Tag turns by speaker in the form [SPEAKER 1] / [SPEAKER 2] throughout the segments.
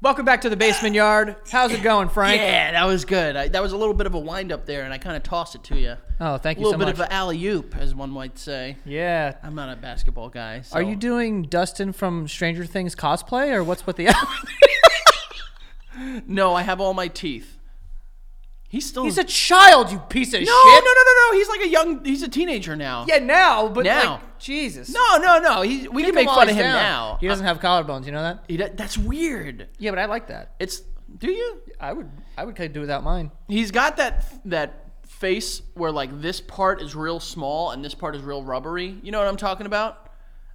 [SPEAKER 1] Welcome back to the basement yard. How's it going, Frank?
[SPEAKER 2] Yeah, that was good. I, that was a little bit of a wind up there, and I kind of tossed it to you.
[SPEAKER 1] Oh, thank
[SPEAKER 2] A
[SPEAKER 1] you
[SPEAKER 2] little
[SPEAKER 1] so
[SPEAKER 2] bit
[SPEAKER 1] much.
[SPEAKER 2] of an alley oop, as one might say.
[SPEAKER 1] yeah.
[SPEAKER 2] I'm not a basketball guy. So.
[SPEAKER 1] Are you doing Dustin from Stranger Things cosplay, or what's with the?
[SPEAKER 2] No, I have all my teeth. He's still.
[SPEAKER 1] He's a child, you piece of
[SPEAKER 2] no,
[SPEAKER 1] shit.
[SPEAKER 2] no, no, no, no. He's like a young. He's a teenager now.
[SPEAKER 1] Yeah, now, but
[SPEAKER 2] Now.
[SPEAKER 1] like, Jesus.
[SPEAKER 2] No, no, no. He, we can
[SPEAKER 1] Kick
[SPEAKER 2] make
[SPEAKER 1] him while
[SPEAKER 2] fun of
[SPEAKER 1] he's
[SPEAKER 2] him
[SPEAKER 1] down.
[SPEAKER 2] now.
[SPEAKER 1] He doesn't have collarbones. You know that?
[SPEAKER 2] He do- that's weird.
[SPEAKER 1] Yeah, but I like that.
[SPEAKER 2] It's. Do you?
[SPEAKER 1] I would, I would kind of do without mine.
[SPEAKER 2] He's got that that face where like this part is real small and this part is real rubbery. You know what I'm talking about?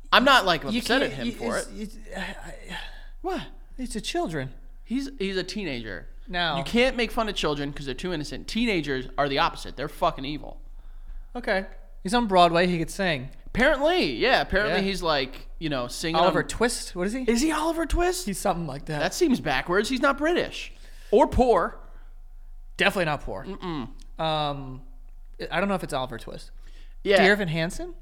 [SPEAKER 2] I'm not like upset at him for it.
[SPEAKER 1] It's,
[SPEAKER 2] What?
[SPEAKER 1] it's a children.
[SPEAKER 2] He's he's a teenager.
[SPEAKER 1] No.
[SPEAKER 2] You can't make fun of children because they're too innocent. Teenagers are the opposite. They're fucking evil.
[SPEAKER 1] Okay. He's on Broadway. He could sing.
[SPEAKER 2] Apparently, yeah. Apparently,
[SPEAKER 1] Yeah.
[SPEAKER 2] he's like you know singing.
[SPEAKER 1] Oliver
[SPEAKER 2] on-
[SPEAKER 1] Twist. What is he?
[SPEAKER 2] is he Oliver Twist?
[SPEAKER 1] He's something like that.
[SPEAKER 2] that seems backwards. He's not British or poor.
[SPEAKER 1] definitely not poor. Um, I don't know if it's Oliver Twist.
[SPEAKER 2] Yeah.
[SPEAKER 1] Dear Evan Hansen.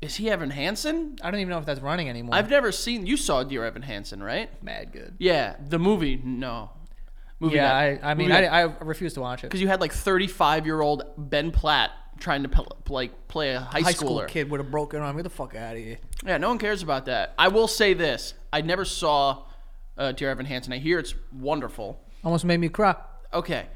[SPEAKER 2] Is he Evan Hansen?
[SPEAKER 1] I don't even know if that's running anymore.
[SPEAKER 2] I've never seen. You saw Dear Evan Hansen, right?
[SPEAKER 1] mad good.
[SPEAKER 2] Yeah, the movie. No, movie.
[SPEAKER 1] Yeah, I,
[SPEAKER 2] that-
[SPEAKER 1] I mean,
[SPEAKER 2] movie
[SPEAKER 1] I,
[SPEAKER 2] that-
[SPEAKER 1] I refuse to watch it.
[SPEAKER 2] because you had like 35 year old Ben Platt trying to pel- like play a high,
[SPEAKER 1] High school
[SPEAKER 2] schooler.
[SPEAKER 1] kid would have broken arm. Get the fuck out of here.
[SPEAKER 2] Yeah, no one cares about that. I will say this: I never saw uh, Dear Evan Hansen. I hear it's wonderful.
[SPEAKER 1] Almost made me cry.
[SPEAKER 2] Okay,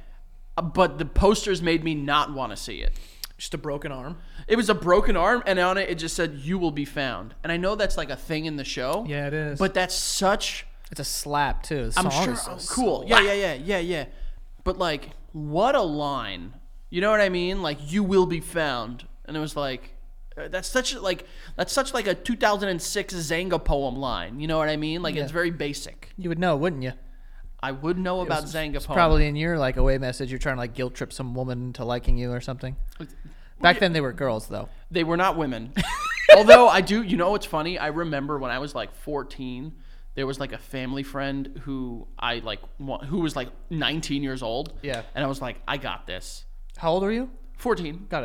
[SPEAKER 2] Uh, but the posters made me not want to see it.
[SPEAKER 1] Just a broken arm.
[SPEAKER 2] It was a broken arm, and on it it just said "You will be found." And I know that's like a thing in the show.
[SPEAKER 1] Yeah, it is.
[SPEAKER 2] But that's such.
[SPEAKER 1] It's a slap too. The
[SPEAKER 2] I'm
[SPEAKER 1] song
[SPEAKER 2] sure.
[SPEAKER 1] is so
[SPEAKER 2] oh, cool. Yeah,
[SPEAKER 1] slap.
[SPEAKER 2] yeah, yeah, yeah, yeah. But like, what a line. You know what I mean? Like, you will be found. And it was like, uh, that's such a- like that's such like a 2006 Zanga poem line. You know what I mean? Like, it's
[SPEAKER 1] Yeah.
[SPEAKER 2] very basic.
[SPEAKER 1] You would know, wouldn't you?
[SPEAKER 2] I would know about Zanga poem.
[SPEAKER 1] Probably in your like away message, you're trying to like guilt trip some woman into liking you or something. Back then they were girls though.
[SPEAKER 2] They were not women. Although I do, you know what's funny? I remember when I was like 14, there was like a family friend who I like wa- who was like 19 years old.
[SPEAKER 1] Yeah.
[SPEAKER 2] And I was like, I got this.
[SPEAKER 1] How old are you?
[SPEAKER 2] 14.
[SPEAKER 1] Got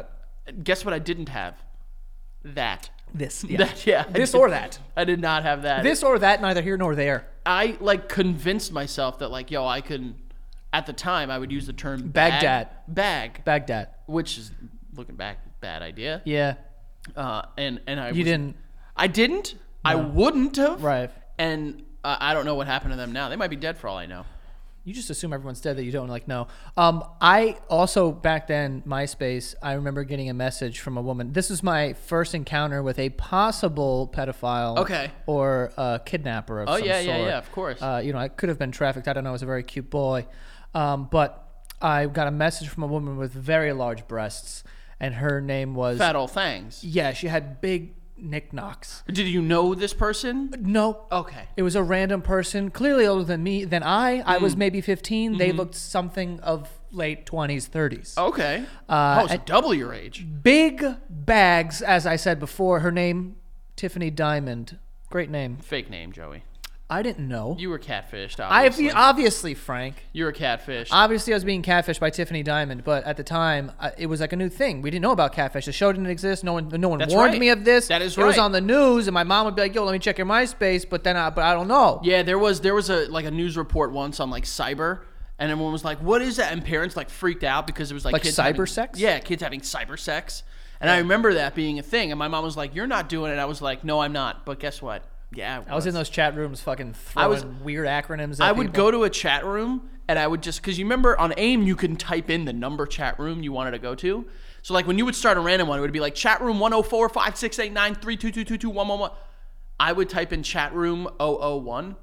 [SPEAKER 1] it.
[SPEAKER 2] Guess what I didn't have? That.
[SPEAKER 1] This. Yeah.
[SPEAKER 2] That, yeah. I
[SPEAKER 1] This
[SPEAKER 2] did-
[SPEAKER 1] or that.
[SPEAKER 2] I did not have that.
[SPEAKER 1] This or that, neither here nor there.
[SPEAKER 2] I like convinced myself that like, yo, I can at the time I would use the term
[SPEAKER 1] Baghdad.
[SPEAKER 2] Bag, bag
[SPEAKER 1] Baghdad.
[SPEAKER 2] which is looking back bad idea.
[SPEAKER 1] Yeah.
[SPEAKER 2] Uh and and I
[SPEAKER 1] You
[SPEAKER 2] was-
[SPEAKER 1] didn't.
[SPEAKER 2] I didn't. I wouldn't have.
[SPEAKER 1] Right.
[SPEAKER 2] And uh, I don't know what happened to them now. They might be dead for all I know.
[SPEAKER 1] You just assume everyone's dead that you don't like know. Um, I also back then MySpace. I remember getting a message from a woman. This is my first encounter with a possible pedophile,
[SPEAKER 2] Okay.
[SPEAKER 1] or a kidnapper of
[SPEAKER 2] Oh,
[SPEAKER 1] some
[SPEAKER 2] yeah,
[SPEAKER 1] sort.
[SPEAKER 2] yeah, yeah, of course.
[SPEAKER 1] Uh, you know, I could have been trafficked. I don't know. I was a very cute boy, um, but I got a message from a woman with very large breasts, and her name was
[SPEAKER 2] Fat old things.
[SPEAKER 1] yeah. She had big knickknacks.
[SPEAKER 2] Did you know this person?
[SPEAKER 1] No,
[SPEAKER 2] Okay.
[SPEAKER 1] it was a random person, clearly older than me, than I. I
[SPEAKER 2] Mm.
[SPEAKER 1] was maybe 15. They
[SPEAKER 2] Mm-hmm.
[SPEAKER 1] looked something of late 20s, 30s.
[SPEAKER 2] Okay.
[SPEAKER 1] Uh,
[SPEAKER 2] oh, it's double your age.
[SPEAKER 1] Big bags, as I said before. Her name, Tiffany Diamond. Great name.
[SPEAKER 2] Fake name, Joey.
[SPEAKER 1] I didn't know.
[SPEAKER 2] You were catfished.
[SPEAKER 1] I obviously,
[SPEAKER 2] Obviously.
[SPEAKER 1] obviously, Frank.
[SPEAKER 2] you were catfished.
[SPEAKER 1] Obviously, I was being catfished by Tiffany Diamond, but at the time, I, it was like a new thing. We didn't know about catfish. The show didn't exist. No one, no one
[SPEAKER 2] That's
[SPEAKER 1] warned
[SPEAKER 2] right.
[SPEAKER 1] me of this.
[SPEAKER 2] That is
[SPEAKER 1] it was
[SPEAKER 2] right.
[SPEAKER 1] on the news, and my mom would be like, "Yo, let me check your MySpace," but then, I, but I don't know.
[SPEAKER 2] yeah, there was there was a like a news report once on like cyber, and everyone was like, "What is that?" And parents like freaked out because it was like,
[SPEAKER 1] Like
[SPEAKER 2] kids
[SPEAKER 1] cyber
[SPEAKER 2] having-
[SPEAKER 1] sex?
[SPEAKER 2] Yeah, kids having cyber sex. And I remember that being a thing. And my mom was like, "You're not doing it." I was like, "No, I'm not." But guess what? Yeah,
[SPEAKER 1] I was in those chat rooms, fucking throwing
[SPEAKER 2] I was-
[SPEAKER 1] weird acronyms. At
[SPEAKER 2] I would
[SPEAKER 1] people.
[SPEAKER 2] go to a chat room and I would just because you remember on AIM you can type in the number chat room you wanted to go to. So like when you would start a random one, oh it would be like chat room 104 5689 322 I would type in chat room 001.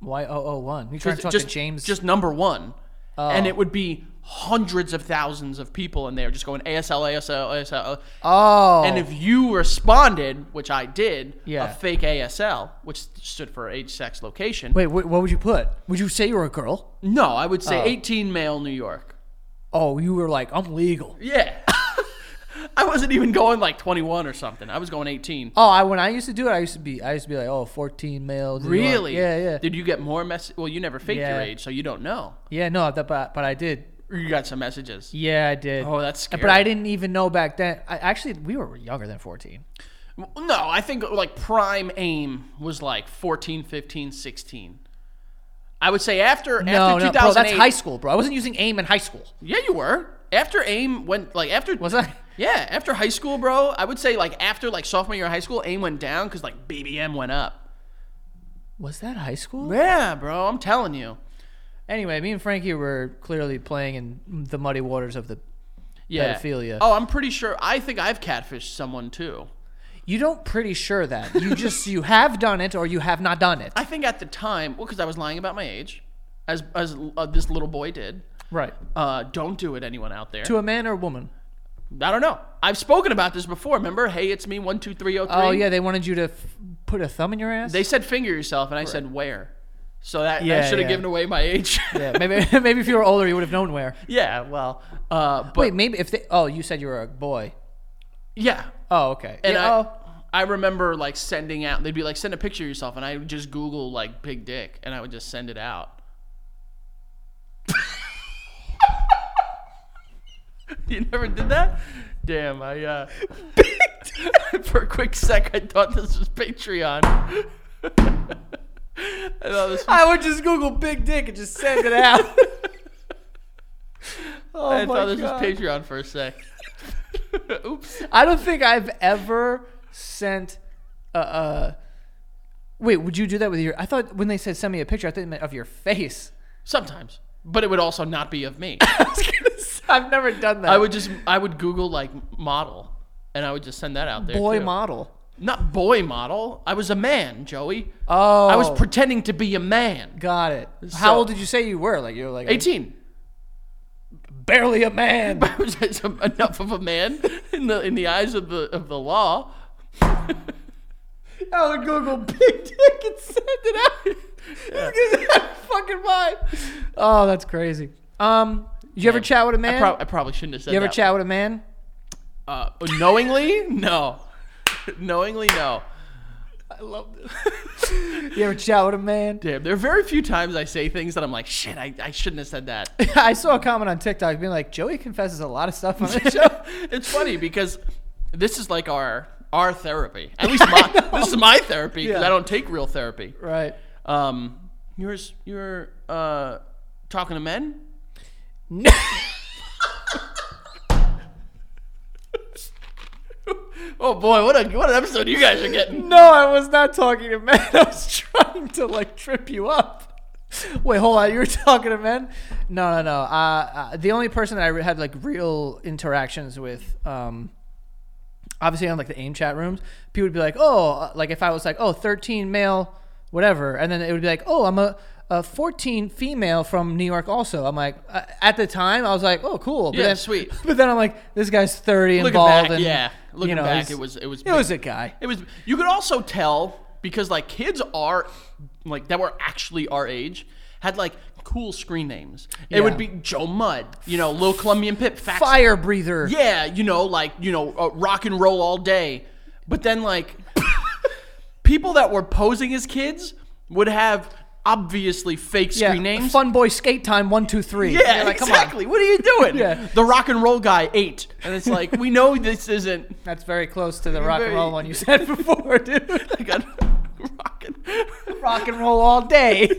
[SPEAKER 1] Why 001? You trying to talk
[SPEAKER 2] just
[SPEAKER 1] to James? Oh.
[SPEAKER 2] just number one, and it would be hundreds of thousands of people in there just going ASL ASL ASL.
[SPEAKER 1] oh,
[SPEAKER 2] And if you responded, which I did,
[SPEAKER 1] Yeah.
[SPEAKER 2] a fake ASL, which stood for age, sex, location.
[SPEAKER 1] wait, wh- what would you put? Would you say you were a girl?
[SPEAKER 2] No, I would say 18 male New York.
[SPEAKER 1] Oh, you were like I'm legal.
[SPEAKER 2] Yeah. I wasn't even going like 21 or something. I was going 18.
[SPEAKER 1] Oh, I when I used to do it, I used to be I used to be like oh 14 male. New York.
[SPEAKER 2] Really?
[SPEAKER 1] Yeah, yeah,
[SPEAKER 2] Did you get more messages? Well, you never faked your
[SPEAKER 1] Yeah.
[SPEAKER 2] age, so you don't know.
[SPEAKER 1] yeah. No, that, but but I did.
[SPEAKER 2] You got some messages.
[SPEAKER 1] Yeah, I did. Uh,
[SPEAKER 2] Oh, that's scary.
[SPEAKER 1] But I didn't even know back then. I, actually, we were younger than 14.
[SPEAKER 2] No, I think like prime aim was like 14, 15, 16. I would say after
[SPEAKER 1] No,
[SPEAKER 2] after
[SPEAKER 1] no,
[SPEAKER 2] 2008.
[SPEAKER 1] bro, that's high school, bro. I wasn't using AIM in high school.
[SPEAKER 2] Yeah, you were. After AIM went like after
[SPEAKER 1] Was I?
[SPEAKER 2] Yeah, after high school, bro. I would say like after like sophomore year of high school, AIM went down because like BBM went up.
[SPEAKER 1] Was that high school?
[SPEAKER 2] Yeah, bro. I'm telling you.
[SPEAKER 1] Anyway, me and Frankie were clearly playing in the muddy waters of the.
[SPEAKER 2] Yeah.
[SPEAKER 1] Pedophilia.
[SPEAKER 2] Oh, I'm pretty sure. I think I've catfished someone too.
[SPEAKER 1] You don't pretty sure that you just you have done it or you have not done it.
[SPEAKER 2] I think at the time, well, because I was lying about my age, as as uh, this little boy did.
[SPEAKER 1] Right.
[SPEAKER 2] Uh, don't do it, anyone out there.
[SPEAKER 1] To a man or a woman.
[SPEAKER 2] I don't know. I've spoken about this before. Remember? Hey, it's me. One, two, three, oh, three.
[SPEAKER 1] Oh yeah, they wanted you to f- put a thumb in your ass.
[SPEAKER 2] They said finger yourself, and I said where. So that I
[SPEAKER 1] Yeah,
[SPEAKER 2] should have
[SPEAKER 1] yeah.
[SPEAKER 2] given away my age.
[SPEAKER 1] yeah, maybe maybe if you were older, you would have known where.
[SPEAKER 2] Yeah, well, uh, but
[SPEAKER 1] Wait, maybe if they. Oh, you said you were a boy.
[SPEAKER 2] yeah,
[SPEAKER 1] Oh, okay.
[SPEAKER 2] and
[SPEAKER 1] yeah,
[SPEAKER 2] I,
[SPEAKER 1] oh,
[SPEAKER 2] I remember like sending out. They'd be like, send a picture of yourself, and I would just Google like big dick, and I would just send it out. you never did that? Damn, I uh, for a quick sec, I thought this was Patreon. I thought this was,
[SPEAKER 1] I would just Google big dick and just send it out. oh
[SPEAKER 2] I
[SPEAKER 1] my
[SPEAKER 2] thought this
[SPEAKER 1] God.
[SPEAKER 2] was Patreon for a sec. Oops.
[SPEAKER 1] I don't think I've ever sent. Uh, uh, wait, would you do that with your? I thought when they said send me a picture, I thought it meant of your face.
[SPEAKER 2] Sometimes, but it would also not be of me.
[SPEAKER 1] I was gonna say, I've never done that.
[SPEAKER 2] I would just I would Google like model, and I would just send that out there.
[SPEAKER 1] boy
[SPEAKER 2] too.
[SPEAKER 1] model.
[SPEAKER 2] not boy model. I was a man, Joey.
[SPEAKER 1] Oh,
[SPEAKER 2] I was pretending to be a man.
[SPEAKER 1] got it. How
[SPEAKER 2] So-
[SPEAKER 1] old did you say you were? Like you were like
[SPEAKER 2] Eighteen.
[SPEAKER 1] barely a man.
[SPEAKER 2] I was just enough of a man in the in the eyes of the of the law.
[SPEAKER 1] I would Google big dick and send it out. fucking mine. Oh, that's crazy. Um, you ever
[SPEAKER 2] Yeah.
[SPEAKER 1] chat with a
[SPEAKER 2] I,
[SPEAKER 1] man?
[SPEAKER 2] prob- I probably shouldn't have said
[SPEAKER 1] you ever
[SPEAKER 2] that.
[SPEAKER 1] chat with a man?
[SPEAKER 2] Uh, knowingly, no. knowingly, no. I love this.
[SPEAKER 1] You ever chat with a man?
[SPEAKER 2] Damn, there are very few times I say things that I'm like, shit, I, I shouldn't have said that.
[SPEAKER 1] I saw a comment on TikTok being like, Joey confesses a lot of stuff on this show.
[SPEAKER 2] it's funny because this is like our our therapy. At least my, this is my therapy because
[SPEAKER 1] Yeah.
[SPEAKER 2] I don't take real therapy.
[SPEAKER 1] right.
[SPEAKER 2] Um, yours, you're uh, talking to men.
[SPEAKER 1] No.
[SPEAKER 2] Oh boy, what a what an episode you guys are getting.
[SPEAKER 1] No, I was not talking to men. I was trying to like trip you up. Wait, hold on. You were talking to men? No, no, no. Uh, uh, the only person that I re- had like real interactions with, um, obviously on like the AIM chat rooms, people would be like, oh, uh, like if I was like, oh, 13 male, whatever. And then it would be like, oh, I'm a, a 14 female from New York also. I'm like, uh, at the time, I was like, oh, cool. But
[SPEAKER 2] Yeah,
[SPEAKER 1] then,
[SPEAKER 2] sweet.
[SPEAKER 1] But then I'm like, this guy's 30 and
[SPEAKER 2] Looking
[SPEAKER 1] bald.
[SPEAKER 2] back,
[SPEAKER 1] and,
[SPEAKER 2] yeah, looking
[SPEAKER 1] you know,
[SPEAKER 2] back,
[SPEAKER 1] he's-
[SPEAKER 2] it was it was
[SPEAKER 1] It was a guy.
[SPEAKER 2] it was. You could also tell because like kids are like that were actually our age had like cool screen names. It
[SPEAKER 1] Yeah.
[SPEAKER 2] would be Joe Mudd, you know, Lil Colombian Pip, Fax
[SPEAKER 1] Fire breather.
[SPEAKER 2] Yeah, you know, like you know, uh, rock and roll all day. But then like people that were posing as kids would have obviously fake
[SPEAKER 1] yeah,
[SPEAKER 2] screen names.
[SPEAKER 1] Fun boy skate time one two three.
[SPEAKER 2] Yeah,
[SPEAKER 1] You're like, come on.
[SPEAKER 2] exactly. What are you doing?
[SPEAKER 1] Yeah.
[SPEAKER 2] The rock and roll guy eight, and it's like we know this isn't.
[SPEAKER 1] That's very close to the rock and
[SPEAKER 2] very-
[SPEAKER 1] roll one you said before, dude.
[SPEAKER 2] I got rock and
[SPEAKER 1] rock and roll all day.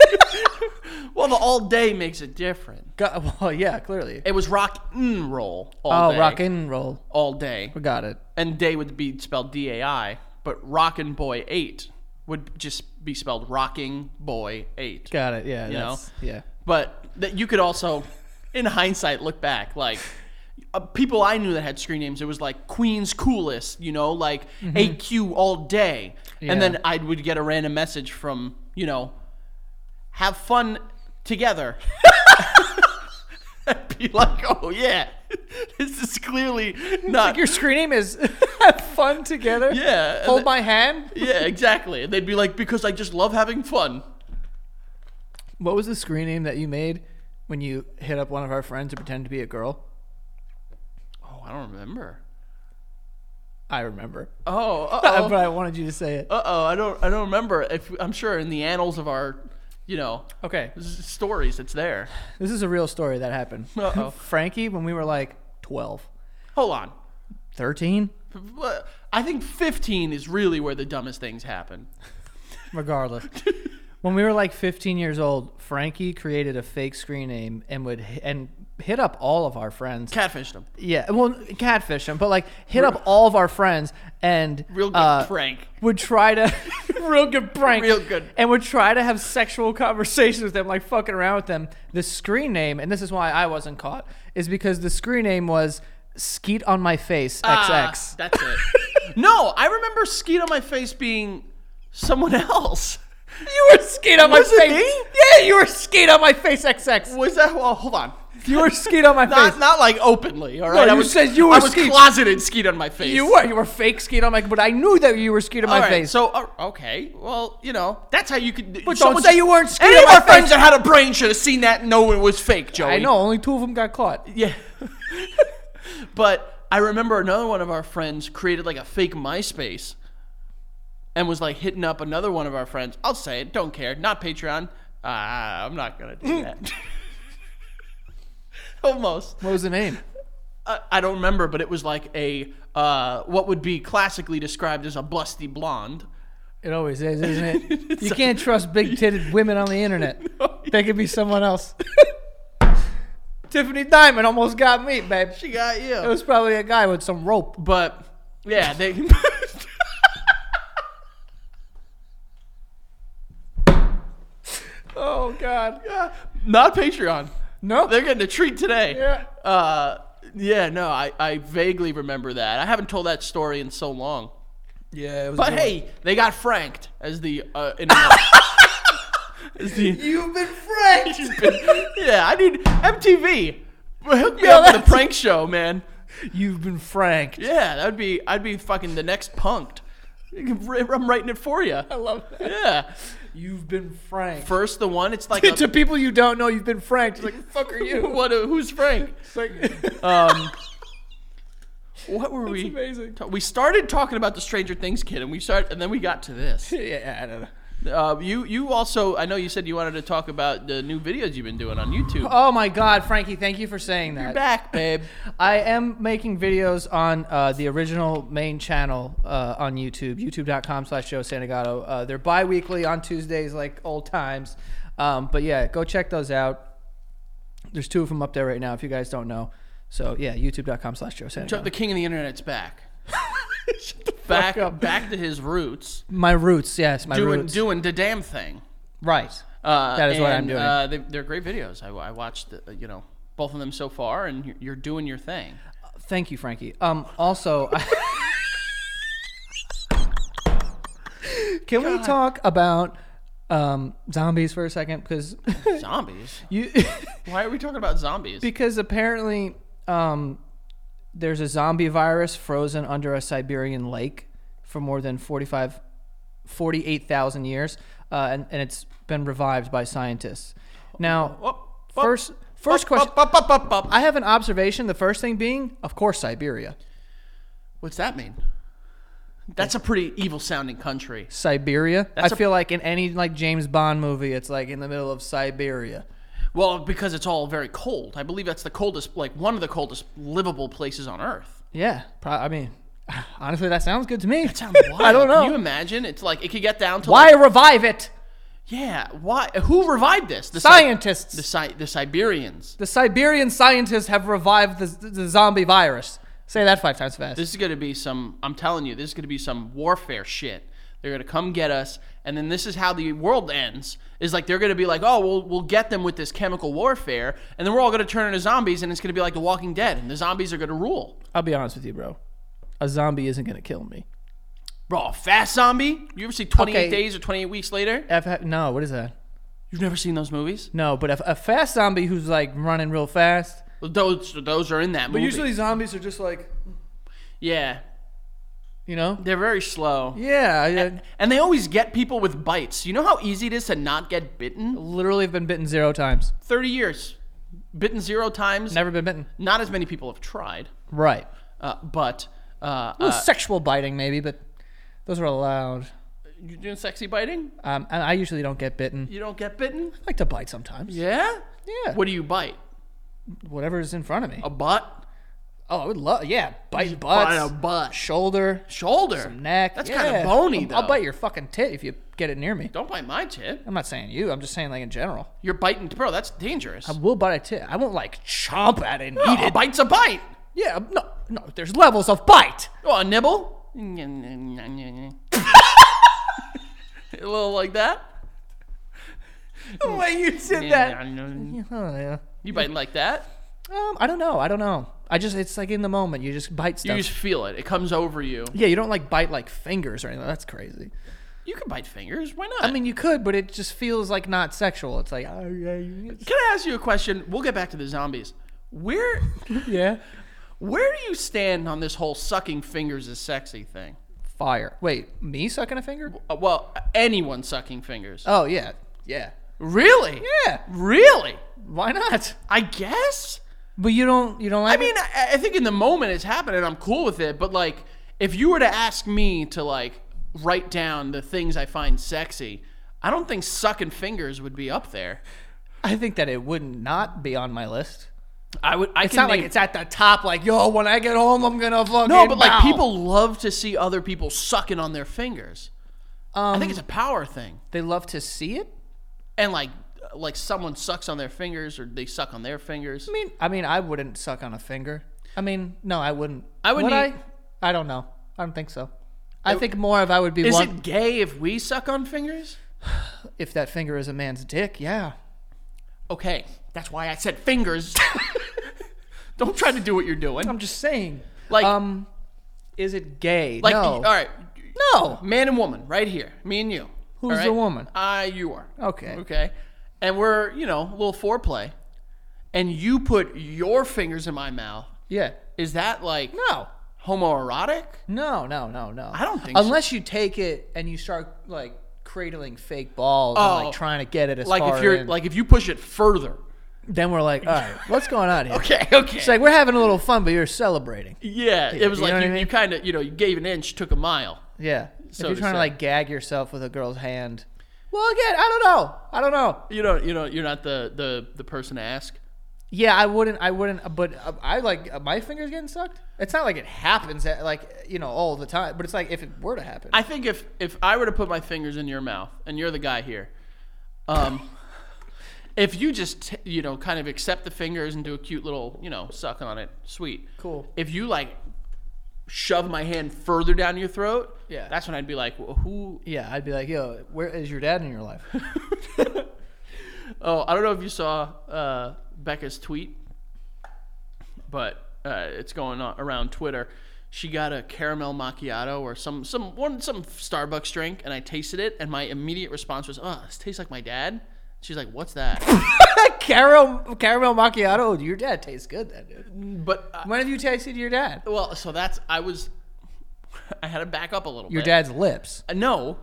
[SPEAKER 2] well, the all day makes it different.
[SPEAKER 1] Got, well, yeah, clearly.
[SPEAKER 2] It was rock and roll all
[SPEAKER 1] Oh,
[SPEAKER 2] day,
[SPEAKER 1] rock and roll.
[SPEAKER 2] all day,
[SPEAKER 1] We got it.
[SPEAKER 2] and day would be spelled D A I, but rock and boy eight would just be spelled rocking boy eight.
[SPEAKER 1] Got it. Yeah. that's- Yeah.
[SPEAKER 2] but that you could also, in hindsight, look back like uh, people I knew that had screen names. It was like Queen's coolest, you know, like AQ all day, and
[SPEAKER 1] Yeah.
[SPEAKER 2] then I would get a random message from you know, have fun together. I'd be like, oh yeah, this is clearly not.
[SPEAKER 1] Your screen name is Have Fun Together.
[SPEAKER 2] Yeah, and
[SPEAKER 1] Hold
[SPEAKER 2] the-
[SPEAKER 1] my hand.
[SPEAKER 2] yeah, exactly. And they'd be like, because I just love having fun.
[SPEAKER 1] What was the screen name that you made when you hit up one of our friends to pretend to be a girl?
[SPEAKER 2] Oh, I don't remember.
[SPEAKER 1] I remember.
[SPEAKER 2] Oh,
[SPEAKER 1] Uh,
[SPEAKER 2] uh-oh.
[SPEAKER 1] But I wanted you to say it.
[SPEAKER 2] Uh oh, I don't I don't remember if I'm sure in the annals of our, you know,
[SPEAKER 1] Okay.
[SPEAKER 2] s- stories it's there.
[SPEAKER 1] This is a real story that happened.
[SPEAKER 2] Uh-oh.
[SPEAKER 1] Frankie, when we were like 12,
[SPEAKER 2] Hold on.
[SPEAKER 1] 13,
[SPEAKER 2] I think 15 is really where the dumbest things happen.
[SPEAKER 1] regardless. When we were like 15 years old, Frankie created a fake screen name and would hi- and hit up all of our friends.
[SPEAKER 2] Catfished him.
[SPEAKER 1] yeah, well, catfish them, but like hit up all of our friends and
[SPEAKER 2] Real good
[SPEAKER 1] uh,
[SPEAKER 2] prank.
[SPEAKER 1] would try to real good prank,
[SPEAKER 2] Real good.
[SPEAKER 1] and would try to have sexual conversations with them, like fucking around with them. The screen name, and this is why I wasn't caught, is because the screen name was Skeet on my face
[SPEAKER 2] Ah,
[SPEAKER 1] XX.
[SPEAKER 2] that's it. no, I remember skeet on my face being someone else.
[SPEAKER 1] you were Skeet on my
[SPEAKER 2] Was it
[SPEAKER 1] face.
[SPEAKER 2] me?
[SPEAKER 1] Yeah, you were Skeet on my face XX.
[SPEAKER 2] Was that? Well, hold on.
[SPEAKER 1] You were Skeet on my
[SPEAKER 2] Not,
[SPEAKER 1] face.
[SPEAKER 2] not like openly, all right.
[SPEAKER 1] you
[SPEAKER 2] I was
[SPEAKER 1] said you were
[SPEAKER 2] I was
[SPEAKER 1] skeet.
[SPEAKER 2] closeted skeet on my face.
[SPEAKER 1] You were you were fake Skeet on my, but I knew that you were Skeet on my
[SPEAKER 2] All right,
[SPEAKER 1] face.
[SPEAKER 2] So uh, okay, well, you know, that's how you could.
[SPEAKER 1] but don't
[SPEAKER 2] someone-
[SPEAKER 1] say you weren't Skeet
[SPEAKER 2] Any
[SPEAKER 1] on
[SPEAKER 2] of
[SPEAKER 1] my
[SPEAKER 2] our friends
[SPEAKER 1] face.
[SPEAKER 2] that had a brain should have seen that and know it was fake, Joey.
[SPEAKER 1] I know only two of them got caught.
[SPEAKER 2] Yeah. but I remember another one of our friends created like a fake MySpace and was like hitting up another one of our friends. I'll say it, don't care. Not Patreon. Uh, I'm not going to do that. Almost.
[SPEAKER 1] What was the name?
[SPEAKER 2] I, I don't remember, but it was like a uh, what would be classically described as a busty blonde.
[SPEAKER 1] It always is, isn't it? you can't trust big titted women on the internet. They could be someone else. Tiffany Diamond almost got me, babe.
[SPEAKER 2] She got you.
[SPEAKER 1] It was probably a guy with some rope.
[SPEAKER 2] But yeah, they.
[SPEAKER 1] Oh God.
[SPEAKER 2] not Patreon.
[SPEAKER 1] No.
[SPEAKER 2] They're getting a treat today.
[SPEAKER 1] Yeah.
[SPEAKER 2] Uh, yeah. No, I, I vaguely remember that. I haven't told that story in so long.
[SPEAKER 1] Yeah. It was a
[SPEAKER 2] But
[SPEAKER 1] good
[SPEAKER 2] hey, they got franked as the uh, internet. as the,
[SPEAKER 1] one. you've been pranked.
[SPEAKER 2] yeah, I need MTV. Hook me
[SPEAKER 1] Yeah,
[SPEAKER 2] up with a
[SPEAKER 1] that's-
[SPEAKER 2] prank show, man.
[SPEAKER 1] you've been franked.
[SPEAKER 2] Yeah, that'd be I'd be fucking the next punked. I'm writing it for you.
[SPEAKER 1] I love that.
[SPEAKER 2] Yeah.
[SPEAKER 1] You've been franked.
[SPEAKER 2] First the one, it's like a-
[SPEAKER 1] to people you don't know, you've been franked. It's like the fuck are you?
[SPEAKER 2] what? Who's Frank?
[SPEAKER 1] It's like,
[SPEAKER 2] Um, what were we?
[SPEAKER 1] amazing.
[SPEAKER 2] ta- We started talking about the Stranger Things kid, and we started, and then we got to this.
[SPEAKER 1] yeah, I don't know.
[SPEAKER 2] Uh, you, you also, I know you said you wanted to talk about the new videos you've been doing on YouTube.
[SPEAKER 1] Oh my God, Frankie, thank you for saying that.
[SPEAKER 2] You're back, babe.
[SPEAKER 1] I am making videos on uh, the original main channel uh, on YouTube, youtube.com slash Joe Santagato. Uh, they're bi-weekly on Tuesdays like old times. Um, but yeah, go check those out. There's two of them up there right now if you guys don't know. So yeah, youtube.com slash Joe
[SPEAKER 2] Jo-
[SPEAKER 1] Santagato.
[SPEAKER 2] the king of the internet's back. back,
[SPEAKER 1] up.
[SPEAKER 2] back to his roots.
[SPEAKER 1] My roots, yes, my
[SPEAKER 2] Doing,
[SPEAKER 1] roots.
[SPEAKER 2] doing the damn thing.
[SPEAKER 1] right.
[SPEAKER 2] Uh,
[SPEAKER 1] That is what I'm
[SPEAKER 2] and,
[SPEAKER 1] doing.
[SPEAKER 2] Uh, they, they're great videos. I, I watched, uh, you know, both of them so far, and you're, you're doing your thing.
[SPEAKER 1] Thank you, Frankie. Um, also, can we talk about um, zombies for a second? Because
[SPEAKER 2] Zombies.
[SPEAKER 1] you.
[SPEAKER 2] Why are we talking about zombies?
[SPEAKER 1] Because apparently, um, there's a zombie virus frozen under a Siberian lake for more than 45, 48,000 years, uh, and, and it's been revived by scientists. Now,
[SPEAKER 2] Up, up,
[SPEAKER 1] first, first
[SPEAKER 2] up,
[SPEAKER 1] question.
[SPEAKER 2] up, up, up, up.
[SPEAKER 1] I have an observation. The first thing being, of course, Siberia.
[SPEAKER 2] What's that mean? That's a pretty evil sounding country.
[SPEAKER 1] Siberia. I
[SPEAKER 2] That's a-
[SPEAKER 1] feel like in any like James Bond movie, it's like in the middle of Siberia.
[SPEAKER 2] Well, because it's all very cold. I believe that's the coldest, like one of the coldest livable places on Earth.
[SPEAKER 1] Yeah, pro- I mean, honestly, that sounds good to me. That
[SPEAKER 2] Sounds wild.
[SPEAKER 1] I don't
[SPEAKER 2] Can you
[SPEAKER 1] know
[SPEAKER 2] imagine? It's like it could get down to
[SPEAKER 1] why
[SPEAKER 2] like-
[SPEAKER 1] revive it,
[SPEAKER 2] yeah. Why? Who revived this? The Si-
[SPEAKER 1] scientists.
[SPEAKER 2] the, si- the Siberians.
[SPEAKER 1] The Siberian scientists have revived the, the zombie virus. Say that five times fast.
[SPEAKER 2] This is gonna be some. I'm telling you, this is gonna be some warfare shit. They're gonna come get us, and then this is how the world ends. Is like they're gonna be like, oh, we'll we'll get them with this chemical warfare, and then we're all gonna turn into zombies, and it's gonna be like The Walking Dead, and the zombies are gonna rule.
[SPEAKER 1] I'll be honest with you, bro. A zombie isn't gonna kill me.
[SPEAKER 2] Bro, a fast zombie? You ever see 28
[SPEAKER 1] Okay.
[SPEAKER 2] days or 28 weeks later?
[SPEAKER 1] I've had- no, what is that?
[SPEAKER 2] You've never seen those movies?
[SPEAKER 1] No, but if a fast zombie who's like running real fast.
[SPEAKER 2] Well, Those those are in that movie.
[SPEAKER 1] zombies are just like,
[SPEAKER 2] yeah,
[SPEAKER 1] you know.
[SPEAKER 2] they're very slow.
[SPEAKER 1] Yeah, I,
[SPEAKER 2] And they always get people with bites. You know how easy it is to not get bitten?
[SPEAKER 1] literally have been bitten zero times.
[SPEAKER 2] 30 years. Bitten zero times.
[SPEAKER 1] Never been bitten.
[SPEAKER 2] Not as many people have tried,
[SPEAKER 1] Right.
[SPEAKER 2] uh, but uh,
[SPEAKER 1] Well,
[SPEAKER 2] uh,
[SPEAKER 1] sexual biting maybe, but those are allowed.
[SPEAKER 2] you doing sexy biting?
[SPEAKER 1] Um, and I usually don't get bitten.
[SPEAKER 2] You don't get bitten?
[SPEAKER 1] I like to bite sometimes.
[SPEAKER 2] Yeah?
[SPEAKER 1] Yeah.
[SPEAKER 2] What do you bite?
[SPEAKER 1] Whatever is in front of me.
[SPEAKER 2] A butt?
[SPEAKER 1] Oh, I would love. Yeah, bite
[SPEAKER 2] Oh. bite
[SPEAKER 1] butts,
[SPEAKER 2] a butt.
[SPEAKER 1] shoulder,
[SPEAKER 2] Shoulder.
[SPEAKER 1] neck.
[SPEAKER 2] That's
[SPEAKER 1] yeah.
[SPEAKER 2] kind of bony,
[SPEAKER 1] I'll-
[SPEAKER 2] though.
[SPEAKER 1] I'll bite your fucking tit if you get it near me.
[SPEAKER 2] Don't bite my tip.
[SPEAKER 1] I'm not saying you. I'm just saying like in general.
[SPEAKER 2] You're biting, bro. That's dangerous.
[SPEAKER 1] I will bite a tit. I won't like chomp at it and
[SPEAKER 2] No,
[SPEAKER 1] eat
[SPEAKER 2] a
[SPEAKER 1] it.
[SPEAKER 2] bite's a bite.
[SPEAKER 1] Yeah, no, no. There's levels of bite.
[SPEAKER 2] Oh, a nibble. a little like that.
[SPEAKER 1] The way you did
[SPEAKER 2] You
[SPEAKER 1] Oh yeah.
[SPEAKER 2] biting like that.
[SPEAKER 1] Um, I don't know. I don't know. I just it's like in the moment you just bite
[SPEAKER 2] You
[SPEAKER 1] stuff.
[SPEAKER 2] just feel it. It comes over you.
[SPEAKER 1] yeah, you don't like bite like fingers or anything. That's crazy.
[SPEAKER 2] You can bite fingers. Why not?
[SPEAKER 1] I mean, you could, but it just feels like not sexual. It's like, oh, yeah, you-
[SPEAKER 2] can I ask you a question? We'll get back to the zombies. Where,
[SPEAKER 1] yeah,
[SPEAKER 2] where do you stand on this whole sucking fingers is sexy thing?
[SPEAKER 1] fire. Wait, me sucking a finger?
[SPEAKER 2] Uh, well, anyone sucking fingers.
[SPEAKER 1] Oh yeah, yeah,
[SPEAKER 2] really?
[SPEAKER 1] yeah.
[SPEAKER 2] Really?
[SPEAKER 1] Why not?
[SPEAKER 2] I guess.
[SPEAKER 1] But you don't, you don't like.
[SPEAKER 2] I mean, I, I think in the moment it's happening. I'm cool with it. But like, if you were to ask me to like write down the things I find sexy, I don't think sucking fingers would be up there.
[SPEAKER 1] I think that it would not be on my list.
[SPEAKER 2] I would. I
[SPEAKER 1] It's not like it's at the top. Like, yo, when I get home, I'm gonna fucking.
[SPEAKER 2] no, but like
[SPEAKER 1] bow.
[SPEAKER 2] people love to see other people sucking on their fingers. I
[SPEAKER 1] Um,
[SPEAKER 2] think it's a power thing,
[SPEAKER 1] they love to see it.
[SPEAKER 2] and like like someone sucks on their fingers or they suck on their fingers.
[SPEAKER 1] I mean, I mean, I wouldn't suck on a finger. I mean, no, I wouldn't.
[SPEAKER 2] I would
[SPEAKER 1] Would
[SPEAKER 2] need-
[SPEAKER 1] I? I don't know. I don't think so. I think more of I would be
[SPEAKER 2] Is
[SPEAKER 1] one
[SPEAKER 2] it gay if we suck on fingers?
[SPEAKER 1] if that finger is a man's dick. Yeah.
[SPEAKER 2] Okay, that's why I said fingers. don't try to do what you're doing.
[SPEAKER 1] I'm just saying.
[SPEAKER 2] Like-
[SPEAKER 1] um, is it gay?
[SPEAKER 2] Like,
[SPEAKER 1] no.
[SPEAKER 2] all right,
[SPEAKER 1] No.
[SPEAKER 2] man and woman, right here, me and you.
[SPEAKER 1] Who's
[SPEAKER 2] all right?
[SPEAKER 1] the woman?
[SPEAKER 2] I, you are.
[SPEAKER 1] Okay.
[SPEAKER 2] Okay, and we're you know a little foreplay, and you put your fingers in my mouth.
[SPEAKER 1] Yeah.
[SPEAKER 2] Is that like
[SPEAKER 1] No.
[SPEAKER 2] homoerotic?
[SPEAKER 1] No. No. No. No.
[SPEAKER 2] I don't think so.
[SPEAKER 1] Unless you take it and you start like cradling fake balls and
[SPEAKER 2] Oh.
[SPEAKER 1] like trying to get it as
[SPEAKER 2] Like
[SPEAKER 1] far
[SPEAKER 2] if you're
[SPEAKER 1] in.
[SPEAKER 2] like if you push it further.
[SPEAKER 1] then we're like, all right, what's going on here?
[SPEAKER 2] Okay. Okay.
[SPEAKER 1] It's like we're having a little fun, but you're celebrating.
[SPEAKER 2] yeah, it was
[SPEAKER 1] you know
[SPEAKER 2] like
[SPEAKER 1] what
[SPEAKER 2] you,
[SPEAKER 1] I mean?
[SPEAKER 2] you kind of you know you gave an inch, took a mile.
[SPEAKER 1] Yeah.
[SPEAKER 2] So
[SPEAKER 1] if you're
[SPEAKER 2] to
[SPEAKER 1] trying
[SPEAKER 2] say.
[SPEAKER 1] to like gag yourself with a girl's hand. Well, again, I don't know. I don't know.
[SPEAKER 2] You know you know you're not the the the person to ask.
[SPEAKER 1] Yeah, I wouldn't. I wouldn't. But uh, I like uh, my fingers getting sucked. It's not like it happens at, like you know all the time. But it's like if it were to happen,
[SPEAKER 2] I think if if I were to put my fingers in your mouth and you're the guy here, um, if you just t- you know kind of accept the fingers and do a cute little you know suck on it, sweet,
[SPEAKER 1] Cool.
[SPEAKER 2] If you like shove my hand further down your throat,
[SPEAKER 1] Yeah.
[SPEAKER 2] that's when I'd be like, well, who?
[SPEAKER 1] yeah, I'd be like, yo, where is your dad in your life?
[SPEAKER 2] Oh, I don't know if you saw uh, Becca's tweet, but uh, it's going on around Twitter. She got a caramel macchiato or some some one some Starbucks drink, and I tasted it, and my immediate response was, "Oh, this tastes like my dad." She's like, "What's that?"
[SPEAKER 1] Caramel caramel macchiato. Your dad tastes good, then, dude.
[SPEAKER 2] but uh,
[SPEAKER 1] When have you tasted your dad?
[SPEAKER 2] well, so that's I was I had to back up a little
[SPEAKER 1] Your
[SPEAKER 2] bit.
[SPEAKER 1] dad's lips.
[SPEAKER 2] Uh, No,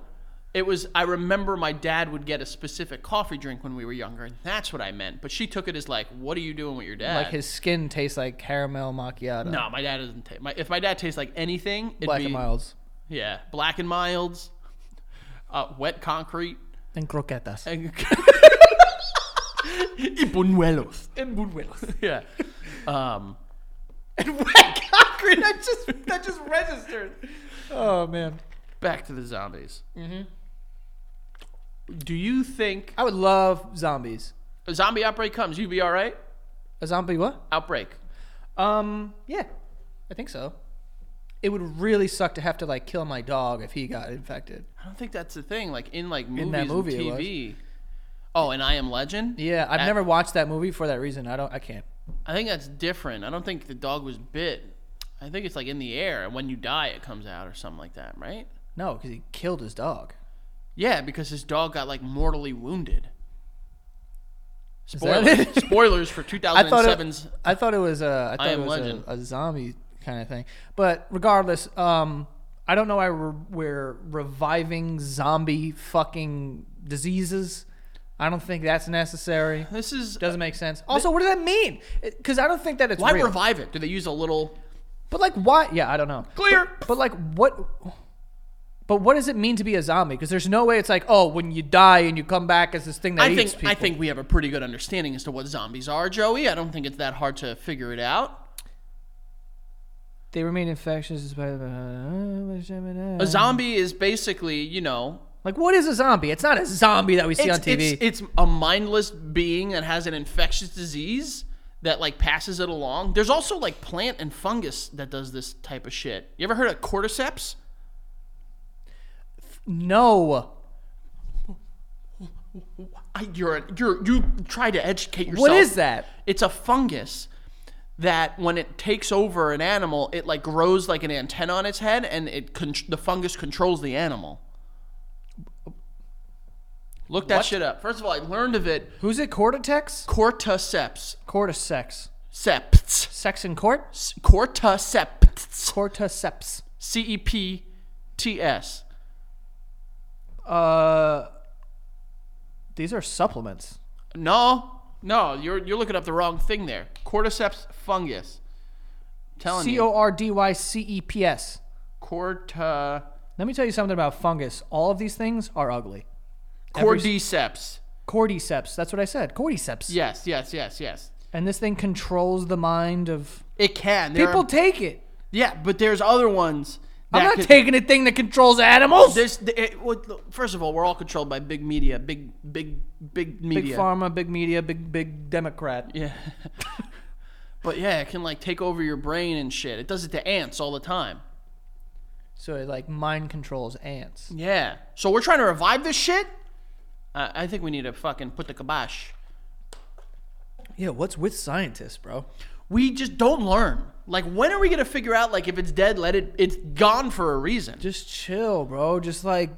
[SPEAKER 2] it was. I remember my dad would get a specific coffee drink when we were younger, and that's what I meant. But she took it as like, "What are you doing with your dad?"
[SPEAKER 1] Like his skin tastes like caramel macchiato.
[SPEAKER 2] No, my dad doesn't taste. My, if my dad tastes like anything, it'd
[SPEAKER 1] black
[SPEAKER 2] be
[SPEAKER 1] and milds
[SPEAKER 2] yeah, black and milds, uh, wet concrete,
[SPEAKER 1] and croquetas.
[SPEAKER 2] and y buñuelos.
[SPEAKER 1] And buñuelos.
[SPEAKER 2] Yeah, um,
[SPEAKER 1] and wet concrete. That just that just registered. Oh man.
[SPEAKER 2] back to the zombies. Mm-hmm. Do you think
[SPEAKER 1] I would love zombies.
[SPEAKER 2] a zombie outbreak comes? You'd be all right.
[SPEAKER 1] A zombie what?
[SPEAKER 2] Outbreak.
[SPEAKER 1] Um, yeah, I think so. It would really suck to have to like kill my dog if he got infected.
[SPEAKER 2] I don't think that's the thing. Like in like movies
[SPEAKER 1] In that movie it
[SPEAKER 2] and
[SPEAKER 1] was.
[SPEAKER 2] TV. Oh, and I Am Legend.
[SPEAKER 1] Yeah, I've
[SPEAKER 2] That-
[SPEAKER 1] never watched that movie for that reason. I don't. I can't.
[SPEAKER 2] I think that's different. I don't think the dog was bit. I think it's like in the air, and when you die, it comes out or something like that, right?
[SPEAKER 1] No, because he killed his dog.
[SPEAKER 2] Yeah, because his dog got like mortally wounded.
[SPEAKER 1] that
[SPEAKER 2] Spoilers,
[SPEAKER 1] it?
[SPEAKER 2] spoilers for
[SPEAKER 1] I thought it.
[SPEAKER 2] 2007's.
[SPEAKER 1] I thought it was a. I thought
[SPEAKER 2] Am
[SPEAKER 1] it was
[SPEAKER 2] Legend.
[SPEAKER 1] a, a zombie kind of thing. But regardless, um, I don't know why we're, we're reviving zombie fucking diseases. I don't think that's necessary.
[SPEAKER 2] This is
[SPEAKER 1] Doesn't make sense. Also, what does that mean? Because I don't think that it's
[SPEAKER 2] why
[SPEAKER 1] real.
[SPEAKER 2] revive it? Do they use a little?
[SPEAKER 1] But like, why? Yeah, I don't know.
[SPEAKER 2] Clear.
[SPEAKER 1] But, but, like, what? But what does it mean to be a zombie? Because there's no way it's like, oh, when you die and you come back as this thing that
[SPEAKER 2] I
[SPEAKER 1] eats
[SPEAKER 2] think
[SPEAKER 1] people.
[SPEAKER 2] I think we have a pretty good understanding as to what zombies are, Joey. I don't think it's that hard to figure it out.
[SPEAKER 1] They remain infectious despite the.
[SPEAKER 2] A zombie is basically, you know,
[SPEAKER 1] Like, what is a zombie? It's not a zombie that we see
[SPEAKER 2] it's,
[SPEAKER 1] on TV.
[SPEAKER 2] It's, it's a mindless being that has an infectious disease that like passes it along. There's also like plant and fungus that does this type of shit. You ever heard of cordyceps?
[SPEAKER 1] no.
[SPEAKER 2] I, you're a- you're you try to educate yourself.
[SPEAKER 1] What is that?
[SPEAKER 2] It's a fungus that when it takes over an animal, it like grows like an antenna on its head, and it con- the fungus controls the animal. Look that shit up. First of all, I learned of it.
[SPEAKER 1] Who's it? Cordyceps?
[SPEAKER 2] Cordyceps,
[SPEAKER 1] Cordyceps.
[SPEAKER 2] septs,
[SPEAKER 1] Sex in court?
[SPEAKER 2] S- cordyceps,
[SPEAKER 1] Cordyceps.
[SPEAKER 2] C E P T S.
[SPEAKER 1] Uh, these are supplements.
[SPEAKER 2] No, no, you're you're looking up the wrong thing there. Cordyceps fungus. I'm telling
[SPEAKER 1] C
[SPEAKER 2] you.
[SPEAKER 1] O R D Y C E P S.
[SPEAKER 2] Corta,
[SPEAKER 1] Let me tell you something about fungus. All of these things are ugly. Every-
[SPEAKER 2] cordyceps.
[SPEAKER 1] Cordyceps. That's what I said. Cordyceps.
[SPEAKER 2] Yes, yes, yes, yes.
[SPEAKER 1] And this thing controls the mind of
[SPEAKER 2] It can. There
[SPEAKER 1] people.
[SPEAKER 2] are-
[SPEAKER 1] take it.
[SPEAKER 2] yeah, but there's other ones.
[SPEAKER 1] I'm not
[SPEAKER 2] could-
[SPEAKER 1] taking a thing that controls animals.
[SPEAKER 2] There's it, well, look, first of all, we're all controlled by big media, big, big, big media.
[SPEAKER 1] big pharma, big media, big big Democrat.
[SPEAKER 2] Yeah. but yeah, it can like take over your brain and shit. It does it to ants all the time.
[SPEAKER 1] So it like mind controls ants.
[SPEAKER 2] Yeah. So we're trying to revive this shit. I I think we need to fucking put the kibosh.
[SPEAKER 1] Yeah, what's with scientists, bro?
[SPEAKER 2] We just don't learn. Like, when are we gonna figure out? Like, if it's dead, let it. It's gone for a reason.
[SPEAKER 1] Just chill, bro. Just like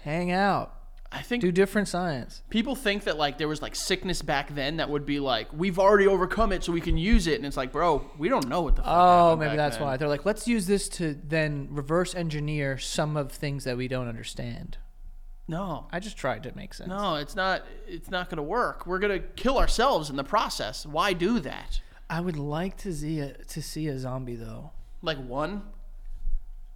[SPEAKER 1] hang out.
[SPEAKER 2] I think
[SPEAKER 1] Do different science.
[SPEAKER 2] people think that like there was like sickness back then that would be like we've already overcome it so we can use it and it's like bro we don't know what the fuck
[SPEAKER 1] Oh,
[SPEAKER 2] happened
[SPEAKER 1] maybe
[SPEAKER 2] back
[SPEAKER 1] that's
[SPEAKER 2] then.
[SPEAKER 1] why. They're like, let's use this to then reverse engineer some of things that we don't understand.
[SPEAKER 2] no
[SPEAKER 1] I just tried to make sense.
[SPEAKER 2] no it's not it's not gonna work we're gonna kill ourselves in the process why do that
[SPEAKER 1] I would like to see a, to see a zombie though.
[SPEAKER 2] like one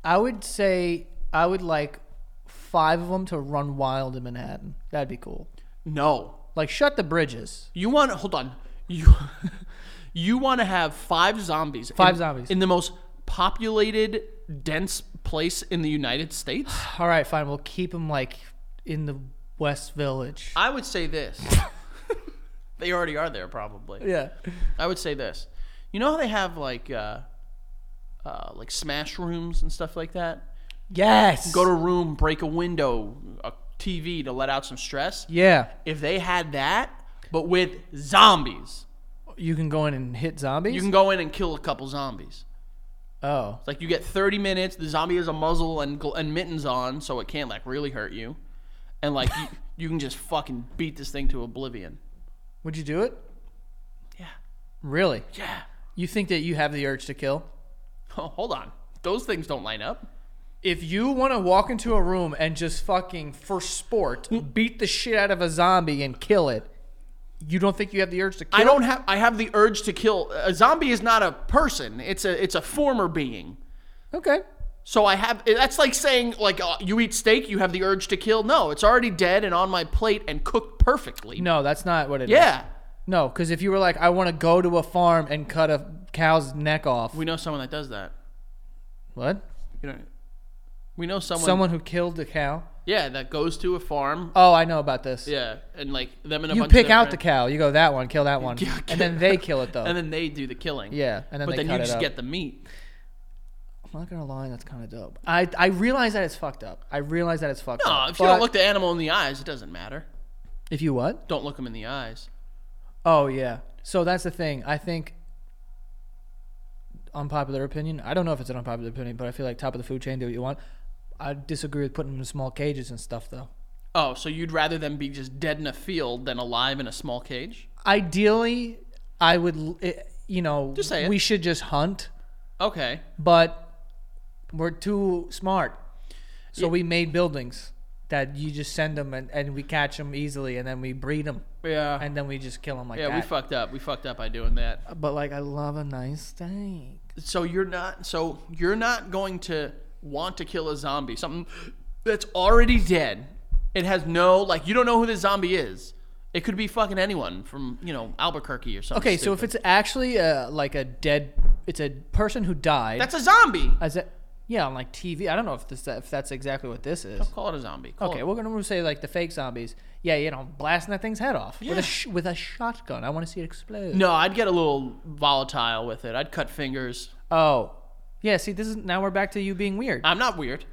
[SPEAKER 1] I would say I would like five of them to run wild in Manhattan. That'd be cool.
[SPEAKER 2] no
[SPEAKER 1] Like shut the bridges.
[SPEAKER 2] you want hold on you you want to have five zombies
[SPEAKER 1] Five
[SPEAKER 2] in-
[SPEAKER 1] zombies.
[SPEAKER 2] in the most populated dense place in the united states
[SPEAKER 1] All right, fine. We'll keep them like in the West Village.
[SPEAKER 2] i would say this they already are there probably
[SPEAKER 1] Yeah.
[SPEAKER 2] I would say this. You know how they have like uh, uh, like smash rooms and stuff like that.
[SPEAKER 1] Yes.
[SPEAKER 2] Go to a room, break a window, a TV to let out some stress.
[SPEAKER 1] Yeah.
[SPEAKER 2] If they had that, but with zombies,
[SPEAKER 1] You can go in and hit zombies.
[SPEAKER 2] you can go in and kill a couple zombies.
[SPEAKER 1] oh.
[SPEAKER 2] It's like you get 30 minutes. The zombie has a muzzle and gl- and mittens on, so it can't like really hurt you. And like you, you can just fucking beat this thing to oblivion.
[SPEAKER 1] Would you do it?
[SPEAKER 2] Yeah.
[SPEAKER 1] Really?
[SPEAKER 2] Yeah.
[SPEAKER 1] You think that you have the urge to kill?
[SPEAKER 2] Oh, hold on. Those things don't line up.
[SPEAKER 1] If you want to walk into a room and just fucking for sport
[SPEAKER 2] Mm.
[SPEAKER 1] beat the shit out of a zombie and kill it, you don't think you have the urge to kill?
[SPEAKER 2] I don't have. I have the urge to kill. A zombie is not a person. It's a. It's a former being.
[SPEAKER 1] Okay.
[SPEAKER 2] So I have. eh, That's like saying like uh, you eat steak, you have the urge to kill. No, it's already dead and on my plate and cooked perfectly.
[SPEAKER 1] No, that's not what it is.
[SPEAKER 2] Yeah,
[SPEAKER 1] No, because if you were like, I want to go to a farm and cut a cow's neck off.
[SPEAKER 2] we know someone that does that.
[SPEAKER 1] what?
[SPEAKER 2] You know, we know someone.
[SPEAKER 1] Someone who killed the cow?
[SPEAKER 2] Yeah, that goes to a farm.
[SPEAKER 1] Oh, I know about this.
[SPEAKER 2] Yeah, and like them and a
[SPEAKER 1] You
[SPEAKER 2] bunch
[SPEAKER 1] pick
[SPEAKER 2] of their
[SPEAKER 1] out the
[SPEAKER 2] friends,
[SPEAKER 1] cow. You go that one, kill that one, and then they kill it though.
[SPEAKER 2] and then they do the killing.
[SPEAKER 1] yeah, and then
[SPEAKER 2] but
[SPEAKER 1] they
[SPEAKER 2] then
[SPEAKER 1] cut
[SPEAKER 2] you
[SPEAKER 1] it
[SPEAKER 2] just
[SPEAKER 1] up.
[SPEAKER 2] get the meat.
[SPEAKER 1] I'm not gonna lie, that's kind of dope. I I realize that it's fucked up. I realize that it's fucked
[SPEAKER 2] No,
[SPEAKER 1] up.
[SPEAKER 2] if you don't
[SPEAKER 1] but-
[SPEAKER 2] look the animal in the eyes, it doesn't matter.
[SPEAKER 1] if you what?
[SPEAKER 2] Don't look them in the eyes.
[SPEAKER 1] Oh yeah. So that's the thing. I think unpopular opinion. I don't know if it's an unpopular opinion, but I feel like top of the food chain, do what you want. I disagree with putting them in small cages and stuff though.
[SPEAKER 2] Oh, so you'd rather them be just dead in a field than alive in a small cage?
[SPEAKER 1] Ideally, I would. l- It, you know,
[SPEAKER 2] Just say it.
[SPEAKER 1] we should just hunt,
[SPEAKER 2] Okay.
[SPEAKER 1] but we're too smart, so we made buildings that you just send them and, and we catch them easily, and then we breed them.
[SPEAKER 2] Yeah.
[SPEAKER 1] and then we just kill them like
[SPEAKER 2] yeah, we
[SPEAKER 1] that.
[SPEAKER 2] fucked up. We fucked up by doing that.
[SPEAKER 1] but like, I love a nice steak.
[SPEAKER 2] So you're not so you're not going to want to kill a zombie, something that's already dead. It has no like you don't know who the zombie is. It could be fucking anyone from, you know, Albuquerque or something.
[SPEAKER 1] Okay, so if it's actually a, uh, like a dead it's a person who died.
[SPEAKER 2] That's a zombie.
[SPEAKER 1] as a, yeah, on like TV. I don't know if this if that's exactly what this is.
[SPEAKER 2] Call it a zombie. Call
[SPEAKER 1] Okay,
[SPEAKER 2] It.
[SPEAKER 1] we're gonna Oh, we'll say like the fake zombies. Yeah, you know, blasting that thing's head off with
[SPEAKER 2] Yeah.
[SPEAKER 1] a sh- with a shotgun. I want to see it explode.
[SPEAKER 2] No, I'd get a little volatile with it. I'd cut fingers.
[SPEAKER 1] Oh, yeah. See, this is now we're back to you being weird.
[SPEAKER 2] I'm not weird.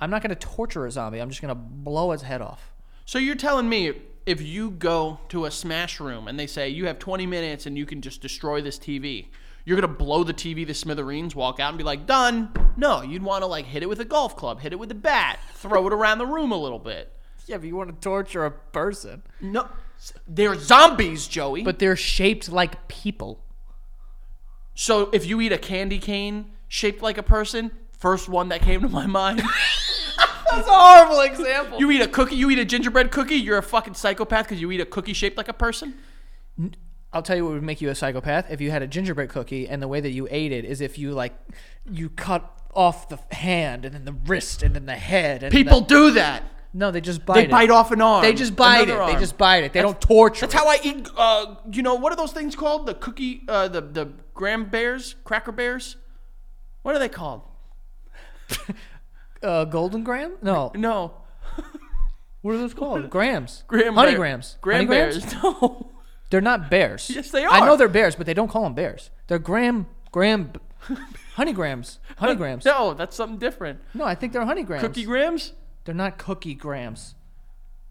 [SPEAKER 1] I'm not gonna torture a zombie. I'm just gonna blow its head off.
[SPEAKER 2] So you're telling me if you go to a smash room and they say you have 20 minutes and you can just destroy this TV, you're gonna blow the TV to smithereens, walk out and be like, done. No, you'd want to like hit it with a golf club, hit it with a bat, throw it around the room a little bit.
[SPEAKER 1] Yeah, but you want to torture a person.
[SPEAKER 2] No, they're zombies, Joey. But
[SPEAKER 1] But they're shaped like people.
[SPEAKER 2] so if you eat a candy cane shaped like a person, first one that came to my mind.
[SPEAKER 1] That's a horrible example.
[SPEAKER 2] You eat a cookie, you eat a gingerbread cookie, you're a fucking psychopath because you eat a cookie shaped like a person.
[SPEAKER 1] I'll tell you what would make you a psychopath if you had a gingerbread cookie and the way that you ate it is if you like you cut off the hand and then the wrist and then the head and
[SPEAKER 2] People
[SPEAKER 1] the-
[SPEAKER 2] do that.
[SPEAKER 1] no they just bite
[SPEAKER 2] They
[SPEAKER 1] it.
[SPEAKER 2] bite off an arm.
[SPEAKER 1] they just bite
[SPEAKER 2] another
[SPEAKER 1] it they
[SPEAKER 2] arm.
[SPEAKER 1] just bite it they don't torture
[SPEAKER 2] That's
[SPEAKER 1] it.
[SPEAKER 2] how I eat. Uh, you know what are those things called? The cookie, uh, the the graham bears, cracker bears. What are they called?
[SPEAKER 1] uh, golden gram no
[SPEAKER 2] No,
[SPEAKER 1] what are those called grams
[SPEAKER 2] graham
[SPEAKER 1] honey
[SPEAKER 2] bear-
[SPEAKER 1] grams Honey
[SPEAKER 2] Graham
[SPEAKER 1] grams?
[SPEAKER 2] bears. No,
[SPEAKER 1] they're not bears
[SPEAKER 2] Yes, they
[SPEAKER 1] I
[SPEAKER 2] are.
[SPEAKER 1] know they're bears but they don't call them bears they're gram gram honey grams honey grams
[SPEAKER 2] no, that's something different.
[SPEAKER 1] no I think they're honey grams
[SPEAKER 2] Cookie grams,
[SPEAKER 1] they're not cookie grams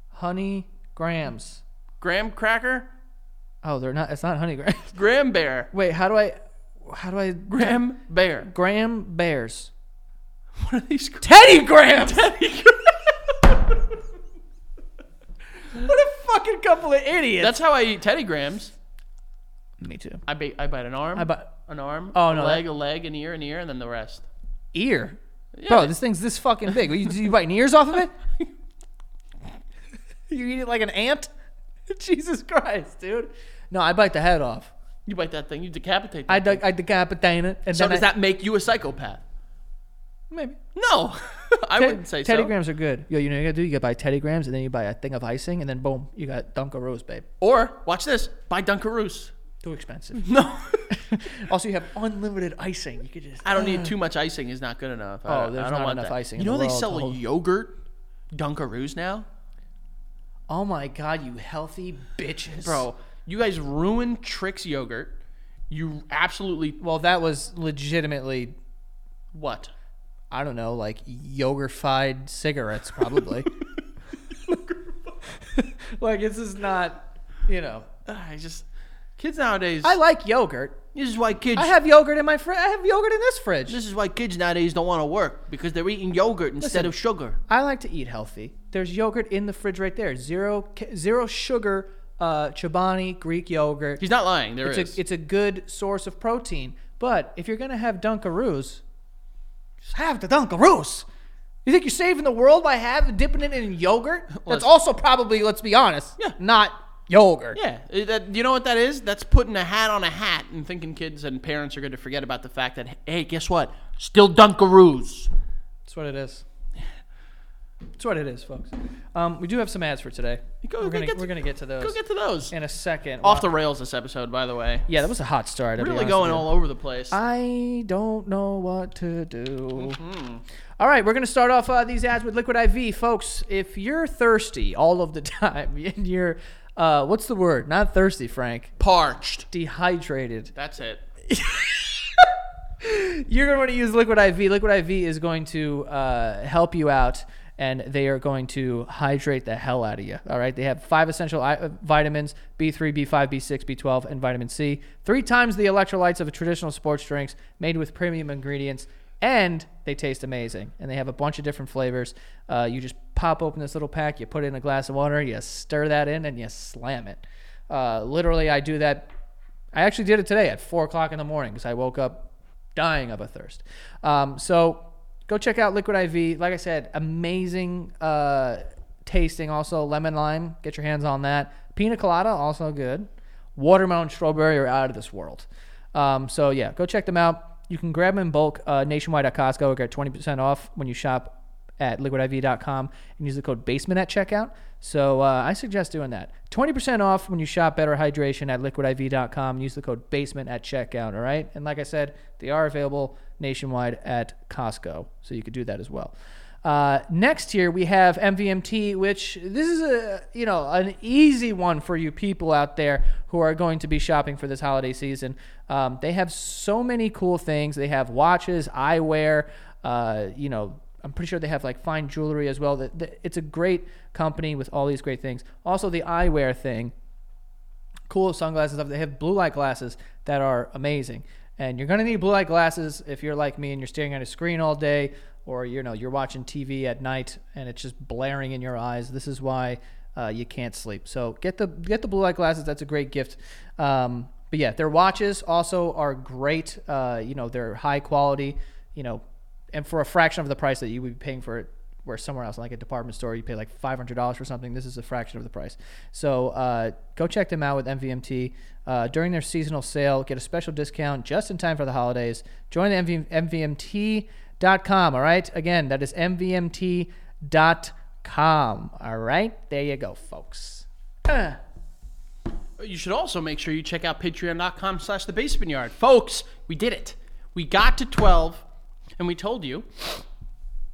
[SPEAKER 1] honey grams
[SPEAKER 2] graham cracker,
[SPEAKER 1] oh they're not it's not honey grams
[SPEAKER 2] graham bear,
[SPEAKER 1] Wait, how do I? How do I?
[SPEAKER 2] graham bear.
[SPEAKER 1] Graham Bears.
[SPEAKER 2] What are these? called?
[SPEAKER 1] Teddy Grahams.
[SPEAKER 2] Teddy grahams.
[SPEAKER 1] what a fucking couple of idiots.
[SPEAKER 2] that's how I eat Teddy grams.
[SPEAKER 1] me too.
[SPEAKER 2] I bite, I bite an arm,
[SPEAKER 1] I bought
[SPEAKER 2] an arm,
[SPEAKER 1] Oh,
[SPEAKER 2] a
[SPEAKER 1] no,
[SPEAKER 2] leg, a leg, an ear, an ear, and then the rest.
[SPEAKER 1] ear. Bro, this thing's this fucking big. You, you biting ears off of it? you eat it like an ant? Jesus Christ, dude. No, I bite the head off.
[SPEAKER 2] You bite that thing, you decapitate. That
[SPEAKER 1] I, de- I decapitate it. And
[SPEAKER 2] So
[SPEAKER 1] then
[SPEAKER 2] does
[SPEAKER 1] I,
[SPEAKER 2] that make you a psychopath?
[SPEAKER 1] Maybe.
[SPEAKER 2] No, I
[SPEAKER 1] Te-
[SPEAKER 2] wouldn't say
[SPEAKER 1] Teddy
[SPEAKER 2] so.
[SPEAKER 1] Grahams are good. Yo, you know what you gotta do? You gotta buy Teddy Grahams and then you buy a thing of icing and then boom, you got Dunkaroos, babe.
[SPEAKER 2] Or watch this, buy Dunkaroos.
[SPEAKER 1] Too expensive.
[SPEAKER 2] No,
[SPEAKER 1] also, you have unlimited icing. You could just.
[SPEAKER 2] I don't need too much icing. Is not good enough. I,
[SPEAKER 1] Oh, there's
[SPEAKER 2] I don't
[SPEAKER 1] not
[SPEAKER 2] want
[SPEAKER 1] enough
[SPEAKER 2] that.
[SPEAKER 1] icing
[SPEAKER 2] You
[SPEAKER 1] in the
[SPEAKER 2] know they
[SPEAKER 1] world to
[SPEAKER 2] sell
[SPEAKER 1] hold-
[SPEAKER 2] yogurt Dunkaroos now,
[SPEAKER 1] Oh my god, you healthy bitches.
[SPEAKER 2] bro. You guys ruin Trix yogurt. You absolutely
[SPEAKER 1] Well, that was legitimately,
[SPEAKER 2] what?
[SPEAKER 1] I don't know, like yogurtified cigarettes, probably. like, this is not, you know.
[SPEAKER 2] Ugh, I just kids nowadays.
[SPEAKER 1] I like yogurt.
[SPEAKER 2] this is why kids.
[SPEAKER 1] I have yogurt in my fridge. I have yogurt in this fridge.
[SPEAKER 2] this is why kids nowadays don't want to work because they're eating yogurt
[SPEAKER 1] Listen.
[SPEAKER 2] instead of sugar.
[SPEAKER 1] I like to eat healthy. There's yogurt in the fridge right there. Zero, ca- zero sugar, uh, Chobani Greek yogurt.
[SPEAKER 2] He's not lying. There is.
[SPEAKER 1] it's a, it's a good source of protein. But if you're gonna have Dunkaroos, just have the Dunkaroos. You think you're saving the world by having dipping it in yogurt? That's
[SPEAKER 2] Listen.
[SPEAKER 1] also probably, let's be honest,
[SPEAKER 2] Yeah.
[SPEAKER 1] not yogurt.
[SPEAKER 2] Yeah, eh, that, you know what that is? That's putting a hat on a hat and thinking kids and parents are going to forget about the fact that hey, guess what? Still Dunkaroos.
[SPEAKER 1] That's what it is. That's what it is, folks. Um, we do have some ads for today.
[SPEAKER 2] Go-
[SPEAKER 1] we're
[SPEAKER 2] go
[SPEAKER 1] gonna
[SPEAKER 2] get-
[SPEAKER 1] we're gonna get to
[SPEAKER 2] Go
[SPEAKER 1] those
[SPEAKER 2] get to those.
[SPEAKER 1] in a second.
[SPEAKER 2] Off the rails this episode, by the way.
[SPEAKER 1] yeah, Uh, that was a hot start. I'll be
[SPEAKER 2] Really
[SPEAKER 1] honest
[SPEAKER 2] going
[SPEAKER 1] with you.
[SPEAKER 2] all over the place.
[SPEAKER 1] I don't know what to do. All right, we're going to start off uh, these ads with Liquid IV, folks. If you're thirsty all of the time, and you're, uh, what's the word? Not thirsty, Frank.
[SPEAKER 2] Parched.
[SPEAKER 1] Dehydrated.
[SPEAKER 2] That's it.
[SPEAKER 1] You're going to want to use Liquid IV. Liquid IV is going to uh, help you out. And they are going to hydrate the hell out of you. All right. They have five essential I- uh, vitamins B3, B5, B6, B12, and vitamin C. Three times the electrolytes of traditional sports drinks made with premium ingredients. And they taste amazing. And they have a bunch of different flavors. Uh, you just pop open this little pack, you put it in a glass of water, you stir that in, and you slam it. Uh, literally, I do that I actually did it today at four o'clock in the morning because I woke up dying of a thirst. Um, so go check out Liquid IV. Like I said, amazing uh, tasting. Also lemon lime. Get your hands on that. Pina colada also good. Watermelon strawberry are out of this world. Um, so yeah, go check them out. You can grab them in bulk uh, nationwide at Costco. Get twenty percent off when you shop at liquidiv.com and use the code basement at checkout. So uh, I suggest doing that. 20% off when you shop Better Hydration at liquidiv.com. Use the code basement at checkout. All right. And like I said, they are available nationwide at Costco. So you could do that as well. Uh, next here we have MVMT, which this is a you know an easy one for you people out there who are going to be shopping for this holiday season. Um, they have so many cool things. They have watches, eyewear. Uh, you know, I'm pretty sure they have like fine jewelry as well. That- that- It's a great company with all these great things. Also, the eyewear thing cool sunglasses stuff. They have blue light glasses that are amazing. And you're gonna need blue light glasses if you're like me and you're staring at a screen all day, or you know you're watching TV at night and it's just blaring in your eyes. This is why uh, you can't sleep. So get the get the blue light glasses. That's a great gift. Um, but yeah, their watches also are great. Uh, you know they're high quality. You know, and for a fraction of the price that you would be paying for it where somewhere else, like a department store, you pay like five hundred dollars for something. This is a fraction of the price. So uh, go check them out with MVMT uh, during their seasonal sale. Get a special discount just in time for the holidays. Join the MV- MVMT.com. All right, again, that is MVMT.com. All right, there you go, folks.
[SPEAKER 2] You should also make sure you check out patreon.com slash the basement yard. Folks, we did it. We got to 12, and we told you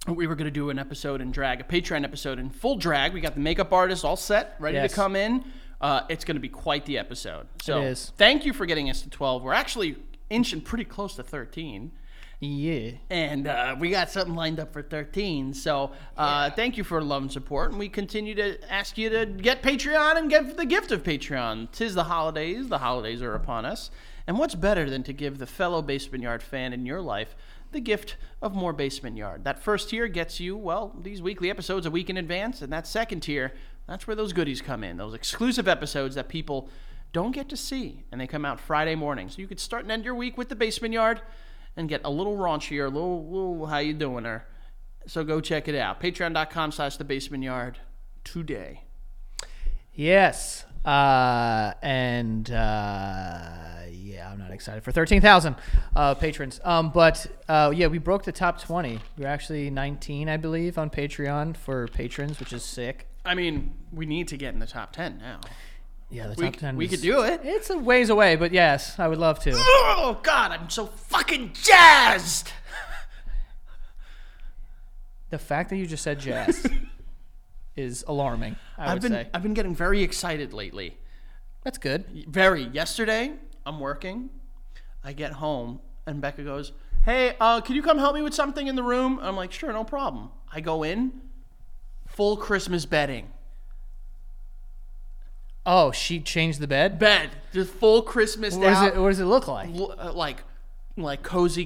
[SPEAKER 2] we were going to do an episode in drag, a Patreon episode in full drag. We got the makeup artist all set, ready
[SPEAKER 1] Yes.
[SPEAKER 2] to come in. Uh, it's going to be quite the episode. So
[SPEAKER 1] is.
[SPEAKER 2] thank you for getting us to 12. We're actually inching pretty close to 13
[SPEAKER 1] Yeah.
[SPEAKER 2] and uh, we got something lined up for 13. So uh, thank you for love and support, and we continue to ask you to get Patreon and get the gift of Patreon. Tis the holidays; the holidays are upon us, and what's better than to give the fellow Basement Yard fan in your life the gift of more Basement Yard? That first tier gets you well these weekly episodes a week in advance, and that second tier, that's where those goodies come in, those exclusive episodes that people don't get to see, and they come out Friday morning. So you could start and end your week with the Basement Yard and get a little raunchier, a little, little how you doing her. So go check it out. Patreon.com slash the basement yard today.
[SPEAKER 1] Yes. Uh, and uh, yeah, I'm not excited for 13,000 uh, patrons. Um, but uh, yeah, we broke the top 20. We are actually 19, I believe, on Patreon for patrons, which is sick.
[SPEAKER 2] I mean, we need to get in the top ten now.
[SPEAKER 1] Yeah, the
[SPEAKER 2] We,
[SPEAKER 1] top 10.
[SPEAKER 2] we
[SPEAKER 1] is-
[SPEAKER 2] could do it.
[SPEAKER 1] It's a ways away, but yes, I would love to.
[SPEAKER 2] Oh god, I'm so fucking jazzed.
[SPEAKER 1] The fact that you just said jazz is alarming. I
[SPEAKER 2] I've
[SPEAKER 1] would
[SPEAKER 2] been
[SPEAKER 1] say
[SPEAKER 2] I've been getting very excited lately.
[SPEAKER 1] that's good.
[SPEAKER 2] Very. Yesterday, I'm working. I get home and Becca goes, "Hey, uh, can you come help me with something in the room?" I'm like, "Sure, no problem." I go in, full Christmas bedding.
[SPEAKER 1] Oh, she changed the bed.
[SPEAKER 2] bed, just full Christmas
[SPEAKER 1] What does
[SPEAKER 2] out,
[SPEAKER 1] it? What does it look like?
[SPEAKER 2] l- uh, like like cozy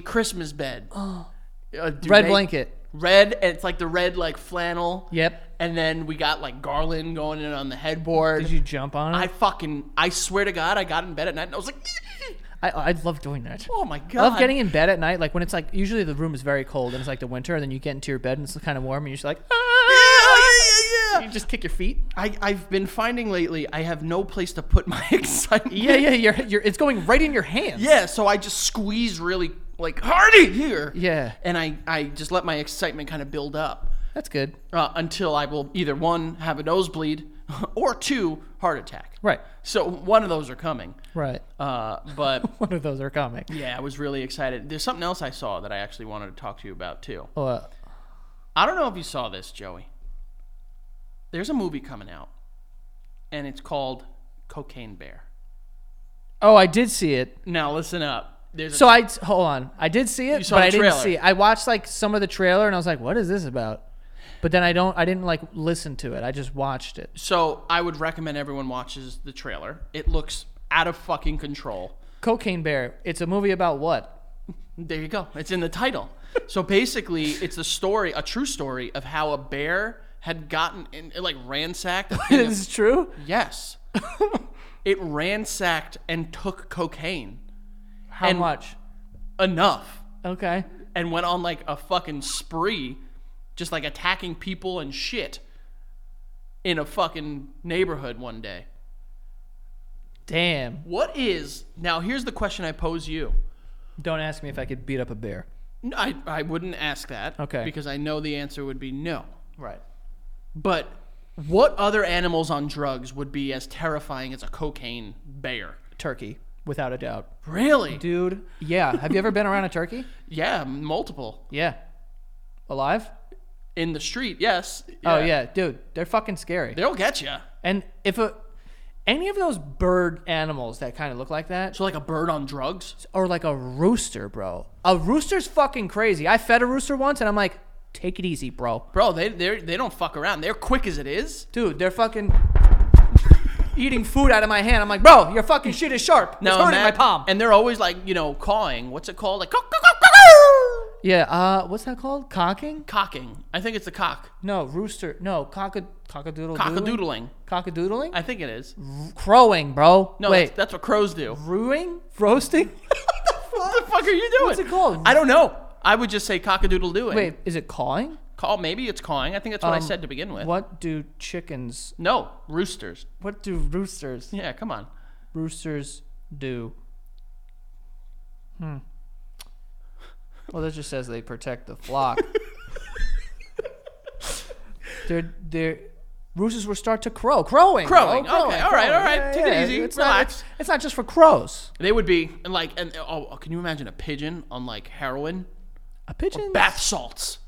[SPEAKER 2] Christmas bed. A
[SPEAKER 1] Oh. Red
[SPEAKER 2] duvet-
[SPEAKER 1] blanket.
[SPEAKER 2] red, and it's like the red like flannel.
[SPEAKER 1] Yep.
[SPEAKER 2] And then we got like garland going in on the headboard.
[SPEAKER 1] Did you jump on
[SPEAKER 2] I
[SPEAKER 1] it?
[SPEAKER 2] fucking, I swear to God, I got in bed at night and I was like,
[SPEAKER 1] I, I I'd love doing that.
[SPEAKER 2] oh my god.
[SPEAKER 1] I love getting in bed at night, like when it's like usually the room is very cold and it's like the winter, and then you get into your bed and it's kind of warm, and you're just like, "Ah!"
[SPEAKER 2] Yeah, yeah,
[SPEAKER 1] you
[SPEAKER 2] yeah.
[SPEAKER 1] just kick your feet.
[SPEAKER 2] I, I've been finding lately I have no place to put my excitement.
[SPEAKER 1] Yeah, yeah, you're, you're, it's going right in your hands.
[SPEAKER 2] Yeah, so I just squeeze really like hardy here.
[SPEAKER 1] Yeah.
[SPEAKER 2] And I, I just let my excitement kind of build up
[SPEAKER 1] that's good.
[SPEAKER 2] uh, until I will either one, have a nosebleed, or two, heart attack.
[SPEAKER 1] Right,
[SPEAKER 2] So one of those are coming.
[SPEAKER 1] right.
[SPEAKER 2] Uh, but
[SPEAKER 1] One of those are coming.
[SPEAKER 2] yeah, I was really excited. There's something else I saw that I actually wanted to talk to you about too.
[SPEAKER 1] Uh,
[SPEAKER 2] I don't know if you saw this, Joey. There's a movie coming out, and it's called Cocaine Bear.
[SPEAKER 1] oh, I did see it.
[SPEAKER 2] Now listen up. There's a
[SPEAKER 1] So I hold on. I did see it,
[SPEAKER 2] saw
[SPEAKER 1] but
[SPEAKER 2] the
[SPEAKER 1] I didn't
[SPEAKER 2] trailer.
[SPEAKER 1] see. It. I watched like some of the trailer, and I was like, "What is this about?" But then I don't. I didn't like listen to it. I just watched it.
[SPEAKER 2] So I would recommend everyone watches the trailer. It looks out of fucking control.
[SPEAKER 1] Cocaine Bear. It's a movie about what?
[SPEAKER 2] There you go. It's in the title. so basically, it's the story, a true story of how a bear had gotten in, it like ransacked. a thing of-
[SPEAKER 1] this is true.
[SPEAKER 2] yes, it ransacked and took cocaine
[SPEAKER 1] How
[SPEAKER 2] And-
[SPEAKER 1] much?
[SPEAKER 2] enough
[SPEAKER 1] Okay.
[SPEAKER 2] and went on like a fucking spree, just like attacking people and shit in a fucking neighborhood one day.
[SPEAKER 1] Damn.
[SPEAKER 2] What is now? Here's the question I pose you.
[SPEAKER 1] Don't ask me if I could beat up a bear.
[SPEAKER 2] No, I, I wouldn't ask that.
[SPEAKER 1] Okay.
[SPEAKER 2] Because I know the answer would be no.
[SPEAKER 1] Right.
[SPEAKER 2] But what other animals on drugs would be as terrifying as a cocaine bear?
[SPEAKER 1] Turkey, without a doubt.
[SPEAKER 2] Really?
[SPEAKER 1] Dude, yeah. Have you ever been around a turkey?
[SPEAKER 2] Yeah, multiple.
[SPEAKER 1] Yeah. Alive?
[SPEAKER 2] In the street, yes.
[SPEAKER 1] Oh yeah, dude, they're fucking scary.
[SPEAKER 2] They'll get you.
[SPEAKER 1] and if a any of those bird animals that kind of look like that,
[SPEAKER 2] So, like a bird on drugs?
[SPEAKER 1] or like a rooster, bro. A rooster's fucking crazy. I fed a rooster once, and I'm like, take it easy, bro.
[SPEAKER 2] Bro, they they they don't fuck around. They're quick as it is.
[SPEAKER 1] Dude, they're fucking eating food out of my hand. I'm like, bro, your fucking shit is sharp. It's hurting my
[SPEAKER 2] ima-
[SPEAKER 1] palm.
[SPEAKER 2] And they're always like, you know, cawing. What's it called? Like, cock, cock, cock, cock, cock.
[SPEAKER 1] yeah. Uh, what's that called? Cocking?
[SPEAKER 2] cocking. I think it's the cock.
[SPEAKER 1] No, rooster. No, cock cockadoodle.
[SPEAKER 2] Cockadoodling.
[SPEAKER 1] Cockadoodling.
[SPEAKER 2] I think it is.
[SPEAKER 1] Crowing, bro.
[SPEAKER 2] No,
[SPEAKER 1] wait.
[SPEAKER 2] That's, that's what crows do.
[SPEAKER 1] Ruing? Roasting?
[SPEAKER 2] What the fuck are you doing?
[SPEAKER 1] What's it called?
[SPEAKER 2] I don't know. I would just say cockadoodle doing.
[SPEAKER 1] Wait, is it cawing?
[SPEAKER 2] Call maybe it's cawing. I think that's what I
[SPEAKER 1] Um,
[SPEAKER 2] said to begin with.
[SPEAKER 1] What do chickens?
[SPEAKER 2] No, roosters.
[SPEAKER 1] What do roosters?
[SPEAKER 2] Yeah, come on.
[SPEAKER 1] Roosters do. Hmm. Well, that just says they protect the flock. they're they're. Roosters will start to crow, crowing, bro,
[SPEAKER 2] Crowing, okay,
[SPEAKER 1] crowing,
[SPEAKER 2] all right,
[SPEAKER 1] crowing.
[SPEAKER 2] all right, take it easy,
[SPEAKER 1] It's
[SPEAKER 2] relax.
[SPEAKER 1] Not, it's, it's not just for crows.
[SPEAKER 2] They would be and like and oh, can you imagine a pigeon on like heroin?
[SPEAKER 1] A pigeon.
[SPEAKER 2] Bath salts.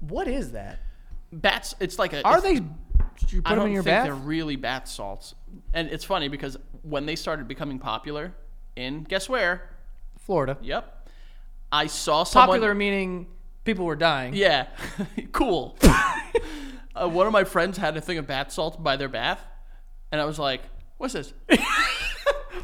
[SPEAKER 1] What is that?
[SPEAKER 2] Bats. It's like a.
[SPEAKER 1] Are
[SPEAKER 2] it's-
[SPEAKER 1] they? Did you put
[SPEAKER 2] I
[SPEAKER 1] them
[SPEAKER 2] don't
[SPEAKER 1] in your
[SPEAKER 2] think
[SPEAKER 1] bath?
[SPEAKER 2] they're really bath salts. And it's funny because when they started becoming popular, in guess where?
[SPEAKER 1] Florida.
[SPEAKER 2] Yep. I saw someone.
[SPEAKER 1] Popular meaning people were dying.
[SPEAKER 2] Yeah, cool. uh, one of my friends had a thing of bath salt by their bath, and I was like, "What's this?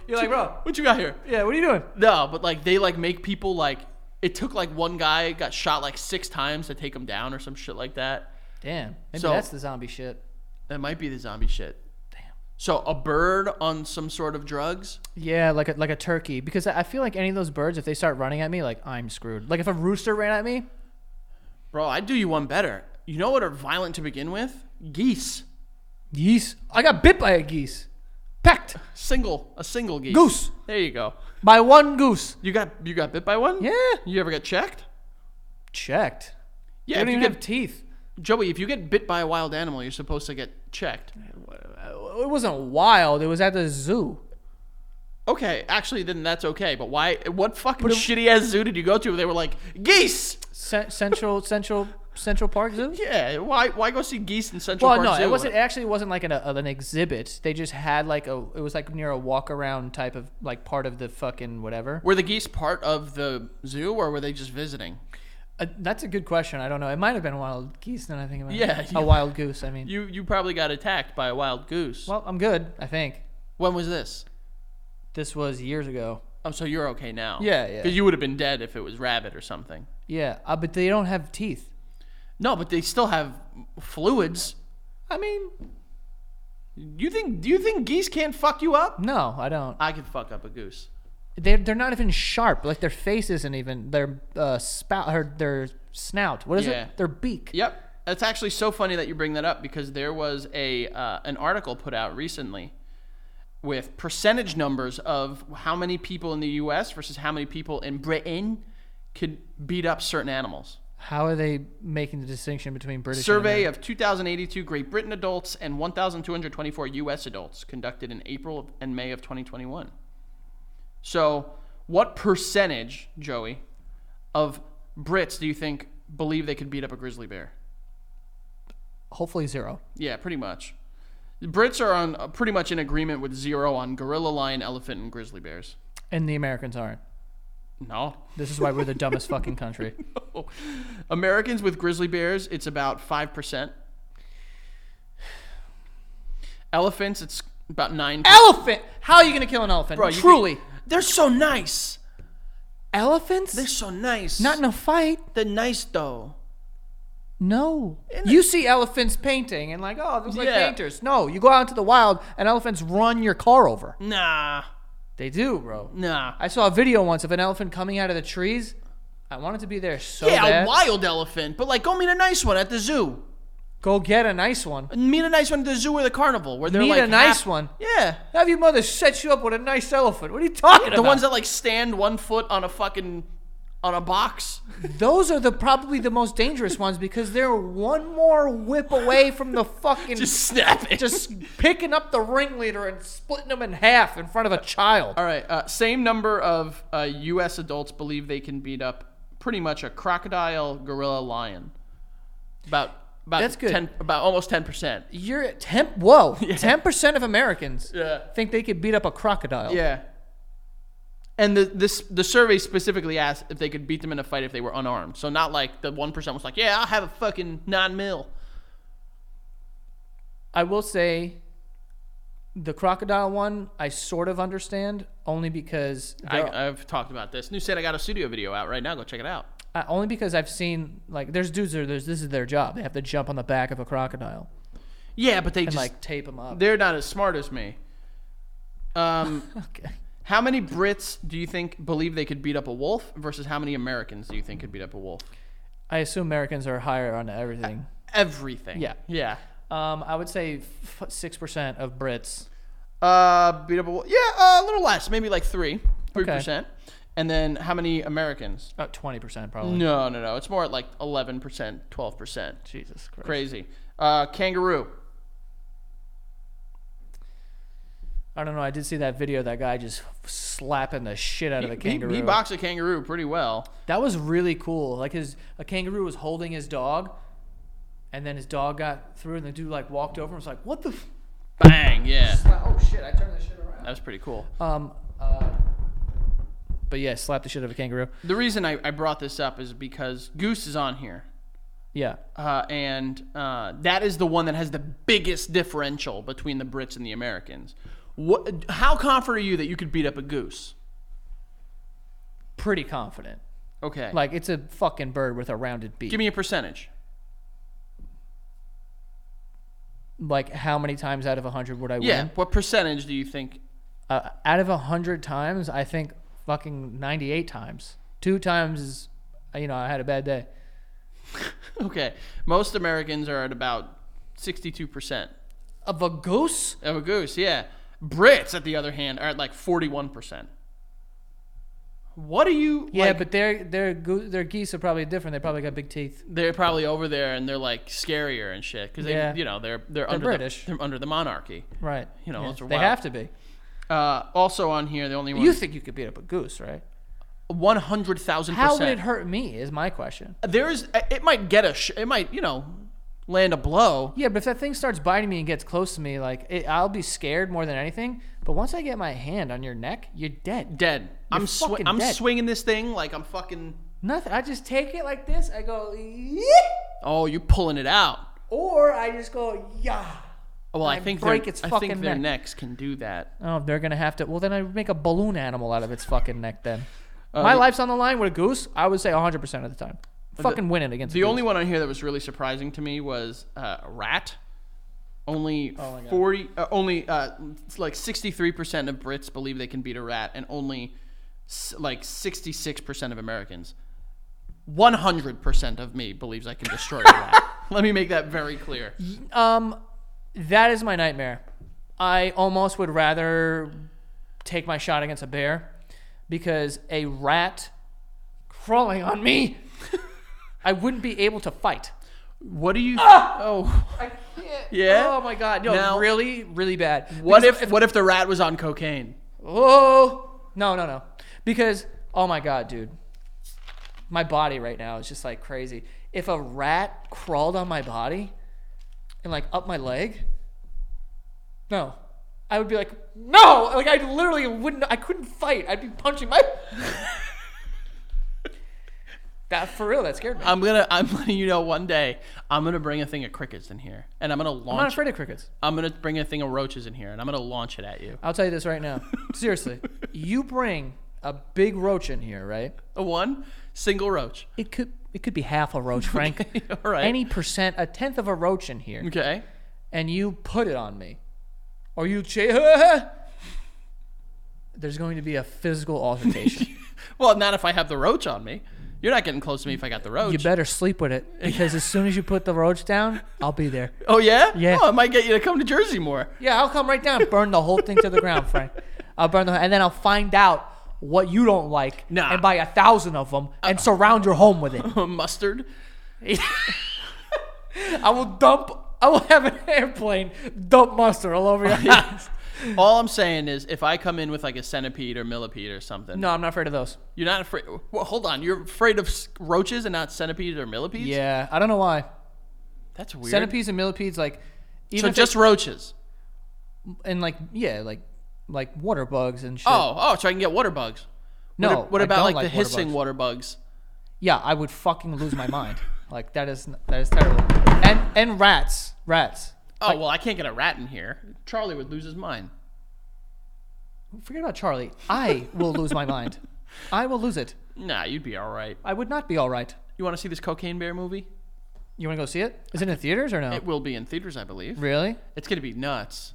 [SPEAKER 1] You're like, bro.
[SPEAKER 2] What you got here?"
[SPEAKER 1] Yeah, what are you doing?
[SPEAKER 2] No, but like they like make people like. It took like one guy got shot like six times to take him down or some shit like that.
[SPEAKER 1] Damn. Maybe
[SPEAKER 2] So-
[SPEAKER 1] that's the zombie shit.
[SPEAKER 2] That might be the zombie shit.
[SPEAKER 1] Damn.
[SPEAKER 2] So a bird on some sort of drugs.
[SPEAKER 1] Yeah, like a, like a turkey. Because I I feel like any of those birds, if they start running at me, like I'm screwed. Like if a rooster ran at me,
[SPEAKER 2] Bro, I'd do you one better. You know what are violent to begin with? Geese.
[SPEAKER 1] geese. I got bit by a geese. Pecked.
[SPEAKER 2] Single. A single geese.
[SPEAKER 1] Goose.
[SPEAKER 2] There you go.
[SPEAKER 1] By one goose.
[SPEAKER 2] You got you got bit by one?
[SPEAKER 1] Yeah.
[SPEAKER 2] You ever get checked?
[SPEAKER 1] Checked.
[SPEAKER 2] Yeah.
[SPEAKER 1] They
[SPEAKER 2] if
[SPEAKER 1] don't
[SPEAKER 2] you
[SPEAKER 1] even
[SPEAKER 2] get-
[SPEAKER 1] have teeth.
[SPEAKER 2] Joey, if you get bit by a wild animal, you're supposed to get checked.
[SPEAKER 1] Uh, It wasn't wild. It was at the zoo.
[SPEAKER 2] Okay, actually, then that's okay. But why? What fucking
[SPEAKER 1] But it-
[SPEAKER 2] shitty ass zoo did you go to? They were like geese.
[SPEAKER 1] Cen- Central Central Central Park Zoo.
[SPEAKER 2] Yeah. Why? Why go see geese in Central
[SPEAKER 1] Well,
[SPEAKER 2] Park
[SPEAKER 1] no,
[SPEAKER 2] Zoo?
[SPEAKER 1] it wasn't. It actually wasn't like an, uh, an exhibit. They just had like a. It was like near a walk around type of like part of the fucking whatever.
[SPEAKER 2] Were the geese part of the zoo, or were they just visiting?
[SPEAKER 1] Uh, that's a good question. I don't know. It might have been wild geese. Now that I think about
[SPEAKER 2] Yeah,
[SPEAKER 1] it.
[SPEAKER 2] you-
[SPEAKER 1] a wild goose. I mean,
[SPEAKER 2] You you probably got attacked by a wild goose.
[SPEAKER 1] well, I'm good. I think
[SPEAKER 2] when was this?
[SPEAKER 1] this was years ago.
[SPEAKER 2] Oh, so you're okay now?
[SPEAKER 1] Yeah, yeah.
[SPEAKER 2] Because you would have been dead if it was rabbit or something.
[SPEAKER 1] Yeah, uh, but they don't have teeth.
[SPEAKER 2] No, but they still have fluids.
[SPEAKER 1] I mean,
[SPEAKER 2] You think? Do you think geese can't fuck you up?
[SPEAKER 1] no, I don't.
[SPEAKER 2] I could fuck up a goose.
[SPEAKER 1] They're they're not even sharp. Like their face isn't even their uh, spout or their snout. What is
[SPEAKER 2] Yeah.
[SPEAKER 1] it? Their beak.
[SPEAKER 2] Yep. That's actually so funny that you bring that up because there was a uh, an article put out recently with percentage numbers of how many people in the U.S. versus how many people in Britain could beat up certain animals.
[SPEAKER 1] How are they making the distinction between British? and
[SPEAKER 2] Survey of 2,082 Great Britain adults and 1,224 U.S. adults conducted in April of- and May of 2021. So, what percentage, Joey, of Brits do you think believe they could beat up a grizzly bear?
[SPEAKER 1] American? Hopefully zero.
[SPEAKER 2] Yeah, pretty much. The Brits are on uh, pretty much in agreement with zero on gorilla, lion, elephant, and grizzly bears.
[SPEAKER 1] And the Americans aren't.
[SPEAKER 2] No.
[SPEAKER 1] This is why we're the dumbest fucking country.
[SPEAKER 2] Americans with grizzly bears, it's about 5%. Elephants, it's about 9%.
[SPEAKER 1] Elephant. How are you gonna kill an elephant?
[SPEAKER 2] Bro, you
[SPEAKER 1] Truly,
[SPEAKER 2] think- they're so nice.
[SPEAKER 1] elephants.
[SPEAKER 2] They're so nice.
[SPEAKER 1] not in a fight.
[SPEAKER 2] They're nice, though.
[SPEAKER 1] No. You see elephants painting and like, oh, there's like
[SPEAKER 2] Yeah.
[SPEAKER 1] painters. No, you go out into the wild and elephants run your car over.
[SPEAKER 2] Nah.
[SPEAKER 1] They do, bro.
[SPEAKER 2] Nah.
[SPEAKER 1] I saw a video once of an elephant coming out of the trees. I wanted to be there so
[SPEAKER 2] yeah,
[SPEAKER 1] bad.
[SPEAKER 2] a wild elephant, but like, go meet a nice one at the zoo.
[SPEAKER 1] Go get a nice one.
[SPEAKER 2] Meet a nice one at the zoo or the carnival where they're
[SPEAKER 1] Meet
[SPEAKER 2] like
[SPEAKER 1] a nice
[SPEAKER 2] half-
[SPEAKER 1] one.
[SPEAKER 2] Yeah.
[SPEAKER 1] Have your mother set you up with a nice elephant. What are you talking
[SPEAKER 2] The
[SPEAKER 1] about?
[SPEAKER 2] ones that like stand one foot on a fucking on a box.
[SPEAKER 1] Those are the probably the most dangerous ones because they're one more whip away from the fucking
[SPEAKER 2] Just snap it.
[SPEAKER 1] just picking up the ringleader and splitting them in half in front of a child.
[SPEAKER 2] All right. Uh, same number of uh, U.S. adults believe they can beat up pretty much a crocodile, gorilla, lion. About about
[SPEAKER 1] That's good.
[SPEAKER 2] 10 about almost ten percent.
[SPEAKER 1] You're at temp. Whoa, ten percent of Americans
[SPEAKER 2] Yeah.
[SPEAKER 1] think they could beat up a crocodile.
[SPEAKER 2] Yeah. And the this the survey specifically asked if they could beat them in a fight if they were unarmed. So not like the one percent was like, yeah, I'll have a fucking nine mil.
[SPEAKER 1] I will say, the crocodile one I sort of understand only because there-
[SPEAKER 2] I, I've talked about this. New said I got a studio video out right now. Go check it out.
[SPEAKER 1] I, only because I've seen like there's dudes that are, there's this is their job they have to jump on the back of a crocodile
[SPEAKER 2] Yeah, but they
[SPEAKER 1] and
[SPEAKER 2] just
[SPEAKER 1] like tape them up.
[SPEAKER 2] they're not as smart as me. Um,
[SPEAKER 1] Okay.
[SPEAKER 2] how many Brits do you think believe they could beat up a wolf versus how many Americans do you think could beat up a wolf?
[SPEAKER 1] I assume Americans are higher on everything.
[SPEAKER 2] Everything.
[SPEAKER 1] Yeah.
[SPEAKER 2] Yeah.
[SPEAKER 1] Um, I would say six percent of Brits.
[SPEAKER 2] Uh, beat up a wolf. Yeah, uh, a little less, maybe like three, three percent. And then how many Americans?
[SPEAKER 1] About twenty percent probably.
[SPEAKER 2] No, no, no. It's more at like eleven percent, twelve percent.
[SPEAKER 1] Jesus Christ.
[SPEAKER 2] Crazy. Uh, kangaroo.
[SPEAKER 1] I don't know. I did see that video. of That guy just slapping the shit out of the
[SPEAKER 2] He-
[SPEAKER 1] kangaroo.
[SPEAKER 2] He, boxed a kangaroo pretty well.
[SPEAKER 1] that was really cool. Like his a kangaroo was holding his dog, and then his dog got through, and the dude like walked over and was like, "What the." F-?
[SPEAKER 2] Bang! Yeah,
[SPEAKER 1] Oh shit! I turned this shit around.
[SPEAKER 2] that was pretty cool.
[SPEAKER 1] Um. Uh, but yeah, slap the shit out of a kangaroo.
[SPEAKER 2] The reason I, I brought this up is because Goose is on here,
[SPEAKER 1] Yeah.
[SPEAKER 2] uh, and uh, that is the one that has the biggest differential between the Brits and the Americans. What? How confident are you that you could beat up a goose?
[SPEAKER 1] Pretty confident.
[SPEAKER 2] Okay,
[SPEAKER 1] Like it's a fucking bird with a rounded beak.
[SPEAKER 2] give me a percentage.
[SPEAKER 1] like how many times out of a hundred would I
[SPEAKER 2] Yeah,
[SPEAKER 1] win?
[SPEAKER 2] what percentage do you think?
[SPEAKER 1] Uh, out of a hundred times, I think fucking ninety-eight times. Two times is, you know, I had a bad day.
[SPEAKER 2] Okay, most Americans are at about sixty-two percent.
[SPEAKER 1] Of a goose?
[SPEAKER 2] Of a goose, yeah. Brits, at the other hand, are at like forty-one percent. What are you?
[SPEAKER 1] Yeah,
[SPEAKER 2] like,
[SPEAKER 1] but their their goo their geese are probably different. They probably got big teeth.
[SPEAKER 2] they're probably over there and they're like scarier and shit because they,
[SPEAKER 1] Yeah.
[SPEAKER 2] you know, they're they're, under
[SPEAKER 1] British.
[SPEAKER 2] The, they're under the monarchy.
[SPEAKER 1] Right.
[SPEAKER 2] You know,
[SPEAKER 1] Yeah,
[SPEAKER 2] those are
[SPEAKER 1] they
[SPEAKER 2] wild.
[SPEAKER 1] have to be.
[SPEAKER 2] Uh, also on here, the only one
[SPEAKER 1] You think you could beat up a goose, right?
[SPEAKER 2] one hundred thousand
[SPEAKER 1] How would it
[SPEAKER 2] percent.
[SPEAKER 1] hurt me? Is my question.
[SPEAKER 2] There is, uh, it might get a, sh- it might you know, land a blow.
[SPEAKER 1] Yeah, but if that thing starts biting me and gets close to me, like it, I'll be scared more than anything. But once I get my hand on your neck, you're dead.
[SPEAKER 2] Dead. I'm swi-
[SPEAKER 1] fucking
[SPEAKER 2] I'm
[SPEAKER 1] dead.
[SPEAKER 2] swinging this thing like I'm fucking.
[SPEAKER 1] Nothing. I just take it like this. I go, "Yeet,"
[SPEAKER 2] Oh, you're pulling it out.
[SPEAKER 1] or I just go, yeah.
[SPEAKER 2] Well, I
[SPEAKER 1] And
[SPEAKER 2] think
[SPEAKER 1] break
[SPEAKER 2] their,
[SPEAKER 1] its
[SPEAKER 2] I
[SPEAKER 1] fucking
[SPEAKER 2] think their
[SPEAKER 1] neck.
[SPEAKER 2] necks can do that.
[SPEAKER 1] Oh, they're gonna have to. Well, then I would make a balloon animal out of its fucking neck. Then my life's on the line with a goose. I would say 100 percent of the time, fucking winning against
[SPEAKER 2] Uh, The
[SPEAKER 1] a goose.
[SPEAKER 2] only one on here that was really surprising to me was uh, rat. Only
[SPEAKER 1] my God.
[SPEAKER 2] 40, uh, only uh, it's like 63% of Brits believe they can beat a rat, and only s- like 66% of Americans. 100% of me believes I can destroy a rat. Let me make that very clear.
[SPEAKER 1] Um, that is my nightmare. I almost would rather take my shot against a bear because a rat crawling on me, I wouldn't be able to fight.
[SPEAKER 2] What do you? Oh,
[SPEAKER 1] I can't.
[SPEAKER 2] Yeah?
[SPEAKER 1] Oh my god. No,
[SPEAKER 2] Now-
[SPEAKER 1] really, really bad.
[SPEAKER 2] what
[SPEAKER 1] Because
[SPEAKER 2] if, what if the rat was on cocaine?
[SPEAKER 1] Oh no, no, no. Because oh my god, dude. My body right now is just like crazy. If a rat crawled on my body and like up my leg, no. I would be like, no! Like I literally wouldn't I couldn't fight. I'd be punching my That for real, that scared me.
[SPEAKER 2] I'm gonna I'm letting you know one day I'm gonna bring a thing of crickets in here, and I'm gonna
[SPEAKER 1] I'm not
[SPEAKER 2] launch.
[SPEAKER 1] afraid of crickets.
[SPEAKER 2] I'm gonna bring a thing of roaches in here, and I'm gonna launch it at you.
[SPEAKER 1] I'll tell you this right now. Seriously. You bring a big roach in here, right?
[SPEAKER 2] A one single roach.
[SPEAKER 1] It could it could be half a roach, Frank.
[SPEAKER 2] All right.
[SPEAKER 1] any percent, a tenth of a roach in here,
[SPEAKER 2] okay.
[SPEAKER 1] and you put it on me, or you ch there's going to be a physical altercation.
[SPEAKER 2] Well, not if I have the roach on me. You're not getting close to me if I got the roach.
[SPEAKER 1] you better sleep with it because as soon as you put the roach down, I'll be there.
[SPEAKER 2] Oh yeah.
[SPEAKER 1] Yeah.
[SPEAKER 2] Oh, I might get you to come to Jersey more.
[SPEAKER 1] Yeah, I'll come right down, burn the whole thing to the ground, Frank. I'll burn the and then I'll find out what you don't like
[SPEAKER 2] Nah. Uh-uh.
[SPEAKER 1] and buy a thousand of them and surround your home with it.
[SPEAKER 2] mustard.
[SPEAKER 1] I will dump. I will have an airplane dump mustard all over your house.
[SPEAKER 2] All I'm saying is, if I come in with like a centipede or millipede or something,
[SPEAKER 1] No, I'm not afraid of those.
[SPEAKER 2] you're not afraid. Well, hold on, you're afraid of s- roaches and not centipedes or millipedes.
[SPEAKER 1] Yeah, I don't know why.
[SPEAKER 2] that's weird.
[SPEAKER 1] Centipedes and millipedes, like
[SPEAKER 2] so
[SPEAKER 1] even just
[SPEAKER 2] just roaches.
[SPEAKER 1] and like yeah, like like water bugs and shit.
[SPEAKER 2] Oh, oh, so I can get water bugs.
[SPEAKER 1] No,
[SPEAKER 2] What, a- what
[SPEAKER 1] I
[SPEAKER 2] about
[SPEAKER 1] don't
[SPEAKER 2] like,
[SPEAKER 1] like
[SPEAKER 2] the
[SPEAKER 1] water
[SPEAKER 2] hissing
[SPEAKER 1] bugs.
[SPEAKER 2] water bugs?
[SPEAKER 1] Yeah, I would fucking lose my mind. Like that is that is terrible. And and rats, rats.
[SPEAKER 2] Oh well, I can't get a rat in here. Charlie would lose his mind.
[SPEAKER 1] Forget about Charlie. I will lose my mind. I will lose it.
[SPEAKER 2] Nah, you'd be all right.
[SPEAKER 1] I would not be all right.
[SPEAKER 2] You want to see this Cocaine Bear movie?
[SPEAKER 1] You want to go see it? Is it in theaters or no?
[SPEAKER 2] It will be in theaters, I believe.
[SPEAKER 1] really?
[SPEAKER 2] It's gonna be nuts.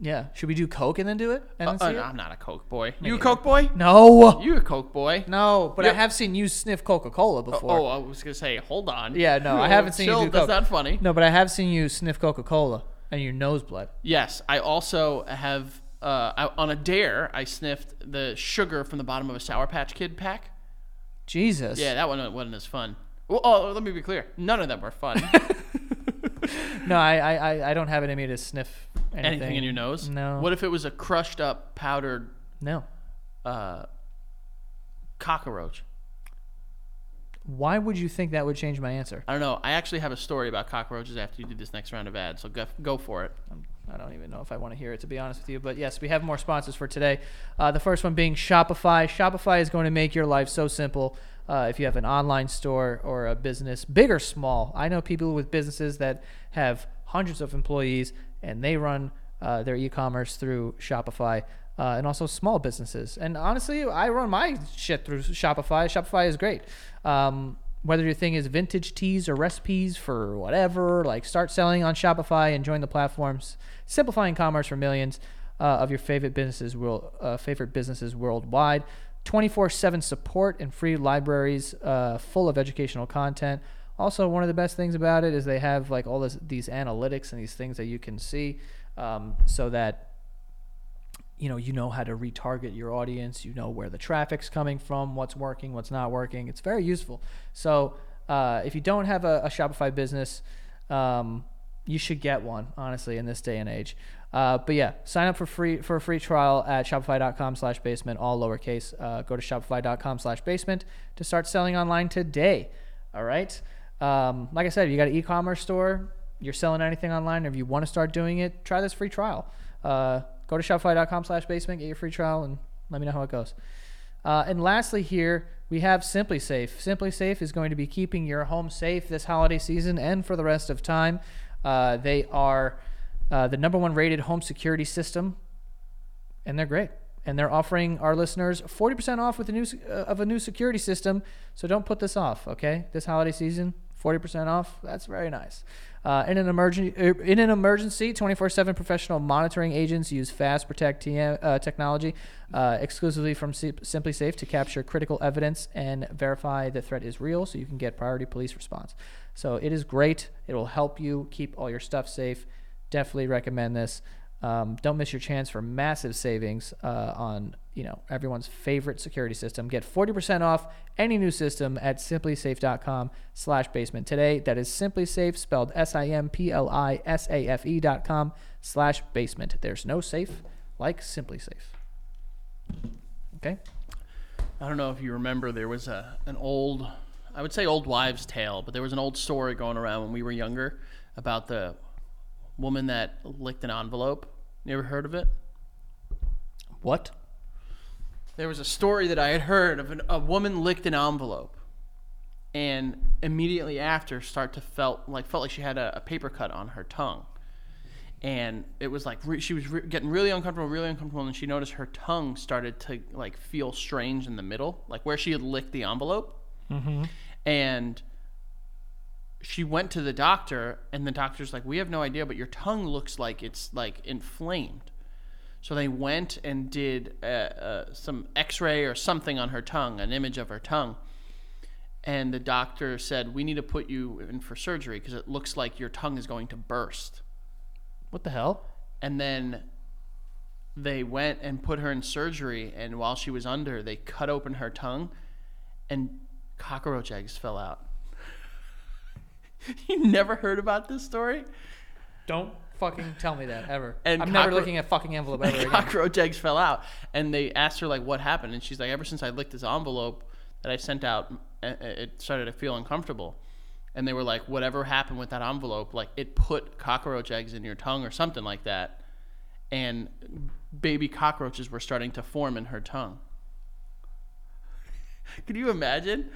[SPEAKER 1] Yeah. Should we do coke and then do it and then
[SPEAKER 2] Uh,
[SPEAKER 1] see it?
[SPEAKER 2] I'm not a Coke boy. You a Coke boy?
[SPEAKER 1] No.
[SPEAKER 2] You a Coke boy?
[SPEAKER 1] No, but
[SPEAKER 2] Yeah.
[SPEAKER 1] I have seen you sniff Coca Cola before.
[SPEAKER 2] Oh, I was gonna say, hold on.
[SPEAKER 1] Yeah, no, I haven't seen you
[SPEAKER 2] Chill,
[SPEAKER 1] do
[SPEAKER 2] That's
[SPEAKER 1] coke.
[SPEAKER 2] not funny.
[SPEAKER 1] No, but I have seen you sniff Coca Cola and your nose bled.
[SPEAKER 2] Yes, I also have. Uh, I, on a dare, I sniffed the sugar from the bottom of a Sour Patch Kid pack.
[SPEAKER 1] Jesus.
[SPEAKER 2] Yeah, that one wasn't as fun. Well, oh, let me be clear. None of them were fun.
[SPEAKER 1] No, I, I, I- I don't have it in me to sniff anything.
[SPEAKER 2] Anything in your nose?
[SPEAKER 1] No.
[SPEAKER 2] What if it was a crushed up, powdered
[SPEAKER 1] No.
[SPEAKER 2] uh, cockroach?
[SPEAKER 1] Why would you think that would change my answer?
[SPEAKER 2] I don't know. I actually have a story about cockroaches after you do this next round of ads, so go, go for it.
[SPEAKER 1] I'm- I don't even know if I want to hear it, to be honest with you. But yes, we have more sponsors for today. Uh, the first one being Shopify. Shopify is going to make your life so simple. Uh, if you have an online store or a business, big or small, I know people with businesses that have hundreds of employees and they run uh, their e-commerce through Shopify, uh, and also small businesses. And honestly, I run my shit through Shopify. Shopify is great. Um, whether your thing is vintage teas or recipes for whatever, like start selling on Shopify and join the platforms, simplifying commerce for millions uh, of your favorite businesses world, uh, favorite businesses worldwide. 24/7 support and free libraries uh, full of educational content. Also, one of the best things about it is they have like all this, these analytics and these things that you can see, um, so that you know you know how to retarget your audience. You know where the traffic's coming from, what's working, what's not working. It's very useful. So uh, if you don't have a, a Shopify business, um, you should get one. Honestly, in this day and age. Uh, but yeah, sign up for free for a free trial at Shopify.com/basement, all lowercase. Uh, go to Shopify.com/basement to start selling online today. All right. Um, like I said, you got an e-commerce store, you're selling anything online, or if you want to start doing it, try this free trial. Uh, go to shopify.com slash basement, get your free trial, and let me know how it goes. Uh, and lastly, here we have Simply Safe. Simply Safe is going to be keeping your home safe this holiday season and for the rest of time. Uh, they are uh, the number one rated home security system and they're great. And they're offering our listeners 40% off with a new uh, of a new security system. So don't put this off, okay? This holiday season, 40% off. That's very nice. Uh, in an emergency, in an emergency, 24/7 professional monitoring agents use Fast Protect TM, uh, technology uh, exclusively from Sim- Simply Safe to capture critical evidence and verify the threat is real, so you can get priority police response. So it is great. It will help you keep all your stuff safe. Definitely recommend this. Um, don't miss your chance for massive savings uh, on you know everyone's favorite security system. Get 40% off any new system at simplysafe.com slash basement today. That is simplysafe spelled S-I-M-P-L-I-S-A-F-E E dot com slash basement. There's no safe like Simply Safe. Okay?
[SPEAKER 2] I don't know if you remember, there was a an old, I would say old wives' tale, but there was an old story going around when we were younger about the woman that licked an envelope. You ever heard of it?
[SPEAKER 1] What?
[SPEAKER 2] There was a story that I had heard of an, a woman licked an envelope, and immediately after, start to felt like felt like she had a, a paper cut on her tongue, and it was like re- she was re- getting really uncomfortable, really uncomfortable, and she noticed her tongue started to like feel strange in the middle, like where she had licked the envelope, mm-hmm. and she went to the doctor, and the doctor's like, "We have no idea, but your tongue looks like it's like inflamed." So they went and did uh, uh, some X-ray or something on her tongue, an image of her tongue, and the doctor said, "We need to put you in for surgery because it looks like your tongue is going to burst."
[SPEAKER 1] What the hell?
[SPEAKER 2] And then they went and put her in surgery, and while she was under, they cut open her tongue, and cockroach eggs fell out. you never heard about this story?
[SPEAKER 1] Don't fucking tell me that ever.
[SPEAKER 2] And
[SPEAKER 1] I'm never
[SPEAKER 2] cockro-
[SPEAKER 1] looking at fucking envelope ever again.
[SPEAKER 2] cockroach eggs fell out and they asked her like what happened and she's like ever since i licked this envelope that i sent out uh, uh, it started to feel uncomfortable and they were like whatever happened with that envelope like it put cockroach eggs in your tongue or something like that and baby cockroaches were starting to form in her tongue could you imagine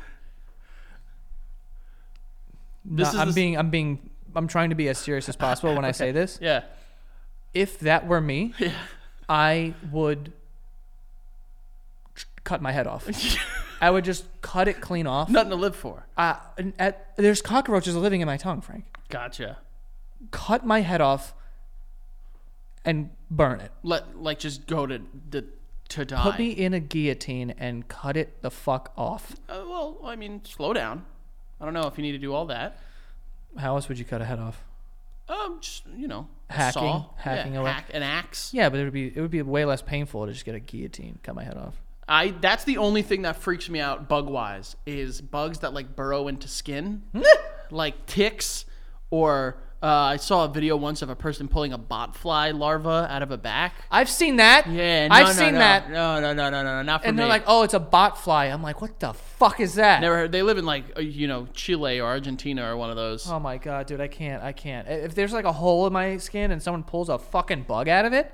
[SPEAKER 1] No,
[SPEAKER 2] this is
[SPEAKER 1] I'm
[SPEAKER 2] the s-
[SPEAKER 1] being I'm being I'm trying to be as serious as possible when I say this.
[SPEAKER 2] yeah
[SPEAKER 1] If that were me,
[SPEAKER 2] yeah
[SPEAKER 1] I would tr- cut my head off. I would just cut it clean off.
[SPEAKER 2] nothing to live for
[SPEAKER 1] Uh, and at, there's cockroaches living in my tongue, Frank.
[SPEAKER 2] gotcha
[SPEAKER 1] Cut my head off and burn it.
[SPEAKER 2] let like just go to the to die
[SPEAKER 1] Put me in a guillotine and cut it the fuck off.
[SPEAKER 2] Uh, well, I mean, slow down. I don't know if you need to do all that.
[SPEAKER 1] How else would you cut a head off?
[SPEAKER 2] Um, just you know, a
[SPEAKER 1] Hacking-
[SPEAKER 2] saw.
[SPEAKER 1] hacking
[SPEAKER 2] yeah,
[SPEAKER 1] away.
[SPEAKER 2] hack, an axe.
[SPEAKER 1] Yeah, but it would be it would be way less painful to just get a guillotine, cut my head off.
[SPEAKER 2] I that's the only thing that freaks me out bug wise is bugs that like burrow into skin, like ticks, or uh, I saw a video once of a person pulling a botfly larva out of a back.
[SPEAKER 1] I've seen that.
[SPEAKER 2] Yeah,
[SPEAKER 1] I've
[SPEAKER 2] no, no,
[SPEAKER 1] seen
[SPEAKER 2] no.
[SPEAKER 1] that.
[SPEAKER 2] No, no, no, no, no, no, not for
[SPEAKER 1] and
[SPEAKER 2] me.
[SPEAKER 1] they're like, "Oh, it's a bot fly." I'm like, "What the fuck is that?"
[SPEAKER 2] never. heard- They live in like uh, you know Chile or Argentina or one of those.
[SPEAKER 1] Oh my god, dude, I can't, I can't. If there's like a hole in my skin and someone pulls a fucking bug out of it,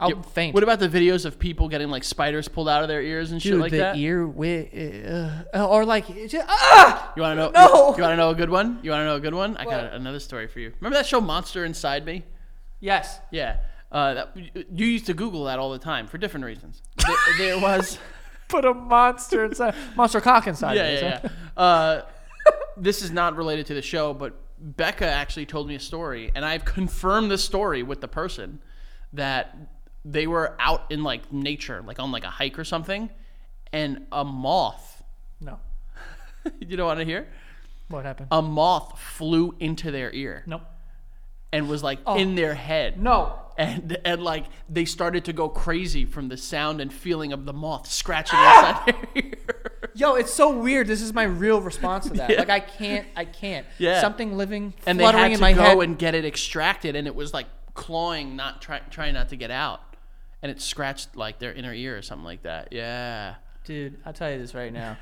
[SPEAKER 1] I'll
[SPEAKER 2] Yeah,
[SPEAKER 1] faint.
[SPEAKER 2] What about the videos of people getting like spiders pulled out of their ears and shit
[SPEAKER 1] dude?
[SPEAKER 2] like
[SPEAKER 1] the
[SPEAKER 2] that?
[SPEAKER 1] ear wi- uh, or like, it's just- ah!
[SPEAKER 2] You want to know?
[SPEAKER 1] No!
[SPEAKER 2] You, want to know a good one? You want to know a good one? I got another story for you. Remember that show Monster Inside Me?
[SPEAKER 1] Yes.
[SPEAKER 2] Yeah. Uh, that, you used to Google that all the time for different reasons. There, there was.
[SPEAKER 1] Put a monster inside, monster cock inside.
[SPEAKER 2] Yeah,
[SPEAKER 1] me, is
[SPEAKER 2] yeah,
[SPEAKER 1] that-
[SPEAKER 2] yeah. Uh, this is not related to the show, but Becca actually told me a story, and I've confirmed this story with the person that they were out in like nature, like on like a hike or something, and a moth.
[SPEAKER 1] No.
[SPEAKER 2] you don't want to hear?
[SPEAKER 1] What happened?
[SPEAKER 2] A moth flew into their ear.
[SPEAKER 1] nope.
[SPEAKER 2] and was like in their head.
[SPEAKER 1] No.
[SPEAKER 2] And and like they started to go crazy from the sound and feeling of the moth scratching
[SPEAKER 1] Ah!
[SPEAKER 2] inside their ear.
[SPEAKER 1] Yo, it's so weird. This is my real response to that. Like, I can't, I can't.
[SPEAKER 2] Yeah.
[SPEAKER 1] Something living
[SPEAKER 2] And they
[SPEAKER 1] fluttering
[SPEAKER 2] had
[SPEAKER 1] in
[SPEAKER 2] to
[SPEAKER 1] my
[SPEAKER 2] go
[SPEAKER 1] head.
[SPEAKER 2] and get it extracted, and it was like clawing, not try, trying not to get out. And it scratched like their inner ear or something like that. Yeah.
[SPEAKER 1] dude, I'll tell you this right now.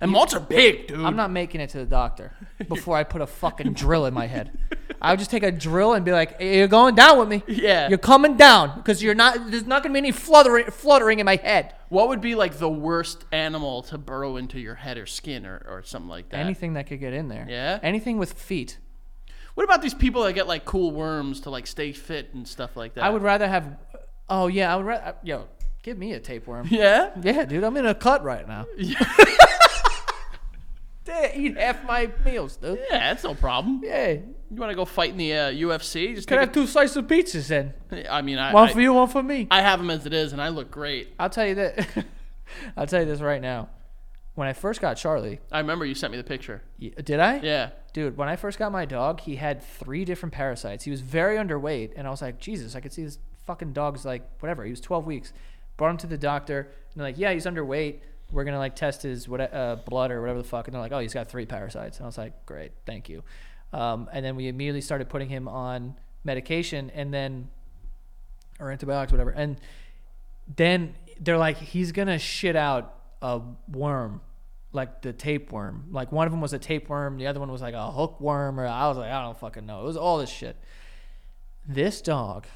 [SPEAKER 2] And moths are big, dude.
[SPEAKER 1] I'm not making it to the doctor before I put a fucking drill in my head. I would just take a drill and be like, "Hey, "You're going down with me.
[SPEAKER 2] Yeah.
[SPEAKER 1] you're coming down because you're not. There's not gonna be any fluttering, fluttering in my head.
[SPEAKER 2] what would be like the worst animal to burrow into your head or skin or, or something like that?
[SPEAKER 1] Anything that could get in there.
[SPEAKER 2] Yeah?
[SPEAKER 1] anything with feet.
[SPEAKER 2] What about these people that get like cool worms to like stay fit and stuff like that?
[SPEAKER 1] I would rather have. Oh yeah, I would rather. Yo, give me a tapeworm.
[SPEAKER 2] Yeah.
[SPEAKER 1] yeah, dude, I'm in a cut right now. Damn, eat half my meals, dude.
[SPEAKER 2] Yeah, that's no problem.
[SPEAKER 1] Yeah,
[SPEAKER 2] You want to go fight in the uh, UFC? Just
[SPEAKER 1] could I
[SPEAKER 2] take
[SPEAKER 1] have two slices of pizzas then?
[SPEAKER 2] a- I mean, I,
[SPEAKER 1] One
[SPEAKER 2] I,
[SPEAKER 1] for you, one for me.
[SPEAKER 2] I have them as it is, and I look great.
[SPEAKER 1] I'll tell you that. I'll tell you this right now. When I first got Charlie,
[SPEAKER 2] I remember you sent me the picture.
[SPEAKER 1] y- did I?
[SPEAKER 2] Yeah,
[SPEAKER 1] Dude, when I first got my dog, he had three different parasites. He was very underweight, and I was like, Jesus, I could see this fucking dog's like whatever. He was 12 weeks. Brought him to the doctor, and they're like, Yeah, he's underweight. We're gonna like test his what uh, blood or whatever the fuck, and they're like, Oh, he's got three parasites. And I was like, Great, thank you. Um, and then we immediately started putting him on medication, and then or antibiotics, whatever. And then they're like, he's gonna shit out a worm, like the tapeworm. Like one of them was a tapeworm, the other one was like a hookworm, or I was like, I don't fucking know. It was all this shit. This dog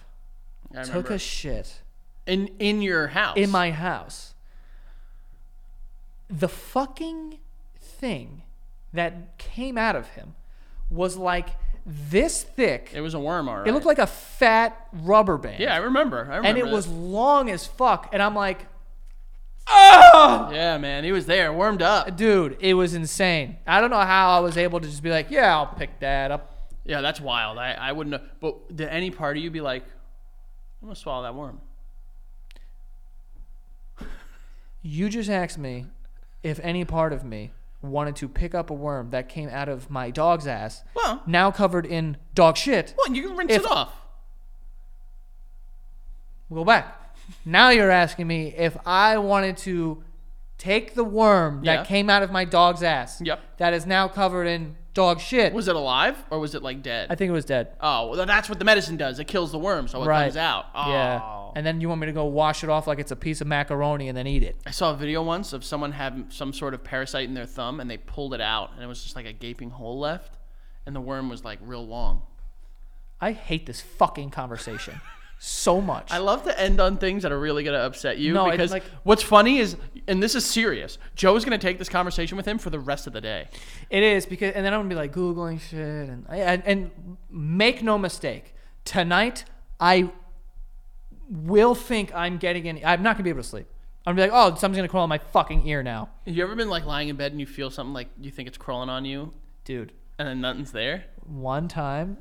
[SPEAKER 2] I remember.
[SPEAKER 1] took a shit
[SPEAKER 2] in in your house.
[SPEAKER 1] in my house. The fucking thing that came out of him was like this thick.
[SPEAKER 2] It was a worm, alright.
[SPEAKER 1] It looked like a fat rubber band
[SPEAKER 2] Yeah, I remember. I remember.
[SPEAKER 1] and it
[SPEAKER 2] that.
[SPEAKER 1] was long as fuck. And I'm like, oh,
[SPEAKER 2] Yeah, man, he was there, warmed up.
[SPEAKER 1] dude, it was insane. I don't know how I was able to just be like, yeah, I'll pick that up.
[SPEAKER 2] Yeah, that's wild. I I wouldn't. Have, but did any part of you be like, I'm gonna swallow that worm?
[SPEAKER 1] You just asked me if any part of me wanted to pick up a worm that came out of my dog's ass,
[SPEAKER 2] Well,
[SPEAKER 1] now covered in dog shit.
[SPEAKER 2] well, you can rinse
[SPEAKER 1] If-
[SPEAKER 2] it off.
[SPEAKER 1] We'll go back. Now you're asking me if I wanted to take the worm that
[SPEAKER 2] Yeah.
[SPEAKER 1] came out of my dog's ass.
[SPEAKER 2] Yep.
[SPEAKER 1] That is now covered in dog shit.
[SPEAKER 2] Was it alive or was it like dead?
[SPEAKER 1] I think it was dead.
[SPEAKER 2] oh, well, that's what the medicine does. It kills the worm, so it
[SPEAKER 1] Right.
[SPEAKER 2] comes out. Oh.
[SPEAKER 1] Yeah. And then you want me to go wash it off like it's a piece of macaroni and then eat it.
[SPEAKER 2] I saw a video once of someone having some sort of parasite in their thumb, and they pulled it out, and it was just like a gaping hole left, and the worm was like real long.
[SPEAKER 1] I hate this fucking conversation so much.
[SPEAKER 2] I love to end on things that are really going to upset you
[SPEAKER 1] No, I-
[SPEAKER 2] because
[SPEAKER 1] like-
[SPEAKER 2] what's funny is, and this is serious. Joe is going to take this conversation with him for the rest of the day.
[SPEAKER 1] It is because, and then I'm gonna be like googling shit, and and, and make no mistake, tonight I will think I'm getting any. I'm not gonna be able to sleep. I'm gonna be like, oh, something's gonna crawl in my fucking ear now,
[SPEAKER 2] Have you ever been like lying in bed and you feel something like you think it's crawling on you,
[SPEAKER 1] dude.
[SPEAKER 2] and then nothing's there?
[SPEAKER 1] One time,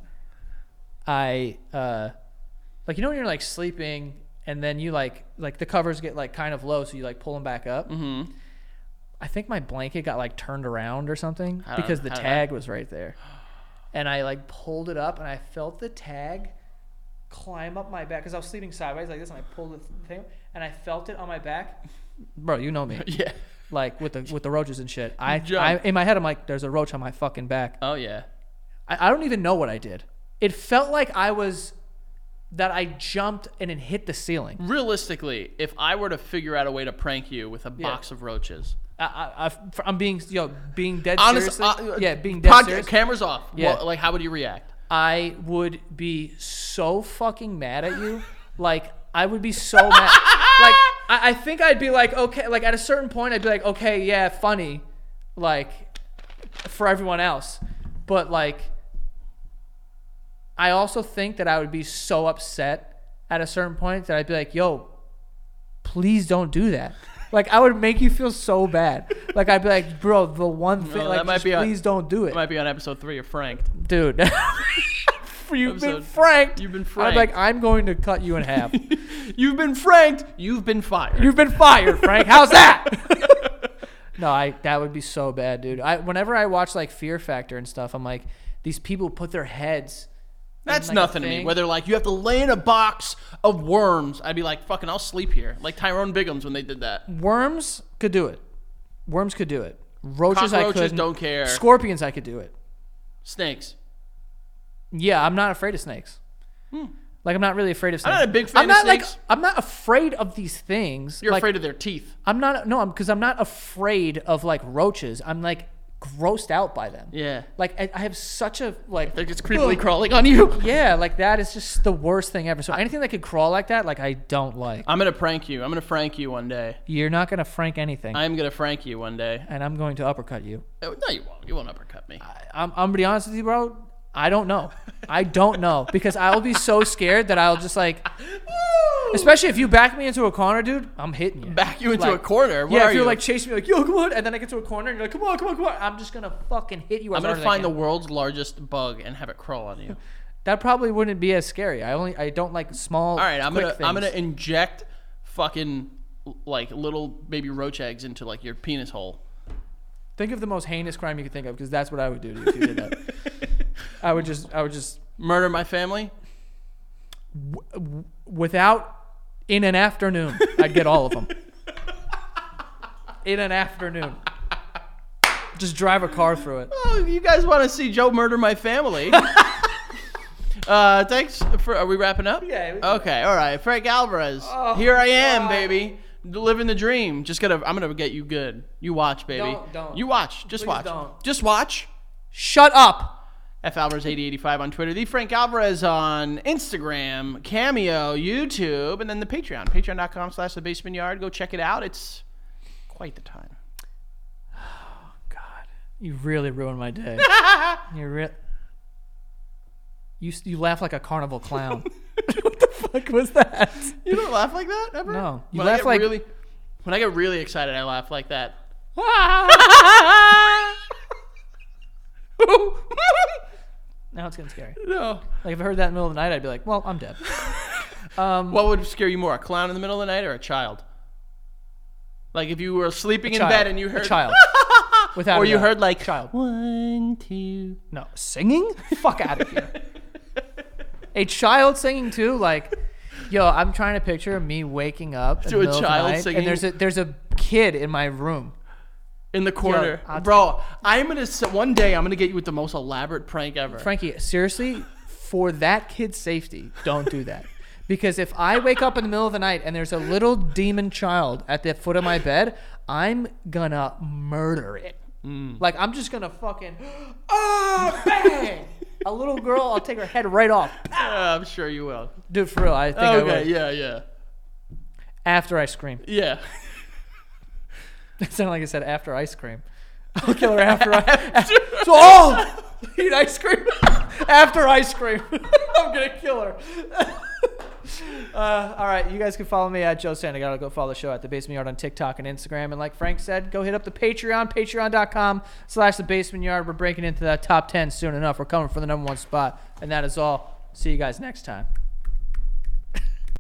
[SPEAKER 1] I uh, like you know when you're like sleeping, and then you like like the covers get like kind of low, so you like pull them back up. Mm-hmm. I think my blanket got like turned around or something
[SPEAKER 2] How did-
[SPEAKER 1] because the
[SPEAKER 2] how did
[SPEAKER 1] tag was right there. And I like pulled it up and I felt the tag climb up my back because I was sleeping sideways like this and I pulled the th- thing and I felt it on my back. Bro, you know me.
[SPEAKER 2] Yeah.
[SPEAKER 1] Like with the with the roaches and shit. I,
[SPEAKER 2] Jump.
[SPEAKER 1] I in my head I'm like, there's a roach on my fucking back.
[SPEAKER 2] Oh yeah.
[SPEAKER 1] I, I don't even know what I did. It felt like I was that I jumped and it hit the ceiling.
[SPEAKER 2] Realistically, if I were to figure out a way to prank you with a box of roaches,
[SPEAKER 1] I, I, I, I'm being yo being dead
[SPEAKER 2] honest,
[SPEAKER 1] seriously.
[SPEAKER 2] uh,
[SPEAKER 1] yeah, being dead
[SPEAKER 2] podca-
[SPEAKER 1] serious.
[SPEAKER 2] cameras off.
[SPEAKER 1] Yeah.
[SPEAKER 2] Well, like how would you react?
[SPEAKER 1] I would be so fucking mad at you. Like I would be so mad. Like I, I think I'd be like, okay, like at a certain point, I'd be like, okay, yeah, funny, like for everyone else, but like I also think that I would be so upset at a certain point that I'd be like, yo, please don't do that. Like I would make you feel so bad. Like I'd be like, bro, the one thing,
[SPEAKER 2] that
[SPEAKER 1] like,
[SPEAKER 2] might
[SPEAKER 1] just
[SPEAKER 2] be on-
[SPEAKER 1] please don't do it
[SPEAKER 2] It might be on episode three of Frank.
[SPEAKER 1] dude. you've been
[SPEAKER 2] Episode-
[SPEAKER 1] franked.
[SPEAKER 2] you've been
[SPEAKER 1] I'm
[SPEAKER 2] franked.
[SPEAKER 1] like, I'm going to cut you in half.
[SPEAKER 2] You've been franked. You've been fired.
[SPEAKER 1] you've been fired, Frank. How's that? no, I that would be so bad, dude. I whenever I watch like Fear Factor and stuff, I'm like, these people put their heads.
[SPEAKER 2] That's
[SPEAKER 1] like, a
[SPEAKER 2] nothing to me.
[SPEAKER 1] thing.
[SPEAKER 2] Whether like you have to lay in a box of worms, I'd be like, fucking, I'll sleep here. Like Tyrone Biggums when they did that.
[SPEAKER 1] Worms could do it. Worms could do it. Roaches, I
[SPEAKER 2] Cockroaches
[SPEAKER 1] could
[SPEAKER 2] don't care.
[SPEAKER 1] Scorpions, I could do it.
[SPEAKER 2] Snakes.
[SPEAKER 1] Yeah, I'm not afraid of snakes. Like I'm not really afraid of snakes.
[SPEAKER 2] Hmm. not a big
[SPEAKER 1] I'm
[SPEAKER 2] fan of
[SPEAKER 1] not,
[SPEAKER 2] snakes.
[SPEAKER 1] Like, I'm not afraid of these things.
[SPEAKER 2] You're
[SPEAKER 1] like,
[SPEAKER 2] afraid of their teeth.
[SPEAKER 1] I'm not no, I'm because I'm not afraid of like roaches. I'm like grossed out by them.
[SPEAKER 2] Yeah.
[SPEAKER 1] Like I, I have such a like
[SPEAKER 2] They're just creepily crawling on you.
[SPEAKER 1] yeah, like that is just the worst thing ever. So anything that could crawl like that, like I don't like.
[SPEAKER 2] I'm gonna prank you. I'm gonna frank you one day.
[SPEAKER 1] You're not gonna frank anything,
[SPEAKER 2] I'm gonna frank you one day.
[SPEAKER 1] and I'm going to uppercut you.
[SPEAKER 2] Oh, No, you won't. You won't uppercut me.
[SPEAKER 1] I, I'm I'm gonna be honest with you, bro. I don't know. I don't know because I'll be so scared that I'll just like, especially if you back me into a corner, dude. I'm hitting you.
[SPEAKER 2] Back you into
[SPEAKER 1] Like-
[SPEAKER 2] a corner. Where
[SPEAKER 1] yeah,
[SPEAKER 2] are
[SPEAKER 1] if you're
[SPEAKER 2] you?
[SPEAKER 1] like chasing me, like yo, come on, and then I get to a corner and you're like, come on, come on, come on. I'm just gonna fucking hit you.
[SPEAKER 2] I'm
[SPEAKER 1] As
[SPEAKER 2] gonna
[SPEAKER 1] hard
[SPEAKER 2] find
[SPEAKER 1] as I
[SPEAKER 2] the
[SPEAKER 1] can.
[SPEAKER 2] world's largest bug and have it crawl on you.
[SPEAKER 1] That probably wouldn't be as scary. I only I don't like small.
[SPEAKER 2] All right, I'm
[SPEAKER 1] quick
[SPEAKER 2] gonna I'm gonna
[SPEAKER 1] things.
[SPEAKER 2] inject fucking like little baby roach eggs into like your penis hole.
[SPEAKER 1] think of the most heinous crime you could think of because that's what I would do to you if you did that. I would just I would just
[SPEAKER 2] Murder my family.
[SPEAKER 1] without in an afternoon I'd get all of them. in an afternoon. Just drive a car through it.
[SPEAKER 2] Oh, if you guys want to see Joe murder my family? uh, thanks for. Are we wrapping up?
[SPEAKER 1] Yeah, we can.
[SPEAKER 2] Okay. All right, Frank Alvarez.
[SPEAKER 1] Oh,
[SPEAKER 2] Here I am,
[SPEAKER 1] God.
[SPEAKER 2] baby, living the dream. Just gonna. I'm gonna get you good. You watch, baby.
[SPEAKER 1] Don't- don't.
[SPEAKER 2] You watch. Just
[SPEAKER 1] Please
[SPEAKER 2] watch.
[SPEAKER 1] don't.
[SPEAKER 2] Just watch.
[SPEAKER 1] Shut up.
[SPEAKER 2] F Alvarez eighty eighty five on Twitter, the Frank Alvarez on Instagram, Cameo, YouTube, and then the Patreon, patreon.com slash the basement yard. Go check it out. It's quite the time.
[SPEAKER 1] God, you really ruined my day. you re- You s- you laugh like a carnival clown. what the fuck was that?
[SPEAKER 2] You don't laugh like that ever?
[SPEAKER 1] No. You
[SPEAKER 2] When I
[SPEAKER 1] laugh
[SPEAKER 2] get
[SPEAKER 1] like-
[SPEAKER 2] really when I get really excited, I laugh like that.
[SPEAKER 1] now it's getting scary.
[SPEAKER 2] no.
[SPEAKER 1] Like if I heard that in the middle of the night, I'd be like, "Well, I'm dead." Um,
[SPEAKER 2] What would scare you more, a clown in the middle of the night or a child? Like if you were sleeping in
[SPEAKER 1] Child.
[SPEAKER 2] bed and you
[SPEAKER 1] A
[SPEAKER 2] heard
[SPEAKER 1] child. Without
[SPEAKER 2] or
[SPEAKER 1] a
[SPEAKER 2] you
[SPEAKER 1] doubt.
[SPEAKER 2] heard like
[SPEAKER 1] Child.
[SPEAKER 2] one, two.
[SPEAKER 1] no singing. Fuck out of here. a child singing too, like. Yo, I'm trying to picture me waking up in
[SPEAKER 2] To a
[SPEAKER 1] the middle of the
[SPEAKER 2] child
[SPEAKER 1] night,
[SPEAKER 2] singing.
[SPEAKER 1] and there's a there's a kid in my room.
[SPEAKER 2] in the corner,
[SPEAKER 1] I'll-
[SPEAKER 2] bro. I'm gonna s- one day I'm gonna get you with the most elaborate prank ever.
[SPEAKER 1] Frankie, seriously, for that kid's safety, don't do that. Because if I wake up in the middle of the night and there's a little demon child at the foot of my bed, I'm gonna murder it.
[SPEAKER 2] Mm.
[SPEAKER 1] Like I'm just gonna fucking oh bang. a little girl, I'll take her head right off.
[SPEAKER 2] Yeah, I'm sure you will.
[SPEAKER 1] Dude, for real, I think I
[SPEAKER 2] Okay,
[SPEAKER 1] will.
[SPEAKER 2] yeah, yeah,
[SPEAKER 1] After I scream.
[SPEAKER 2] yeah.
[SPEAKER 1] It sounded like I said after ice cream. I'll kill her after ice cream. oh! Eat ice cream. after ice cream. I'm going to kill her. uh, all right. You guys can follow me at Joe Santagato. Go follow the show at The Basement Yard on TikTok and Instagram. And like Frank said, go hit up the Patreon, patreon.com slash The Basement Yard. We're breaking into that top 10 soon enough. We're coming for the number one spot. And that is all. See you guys next time.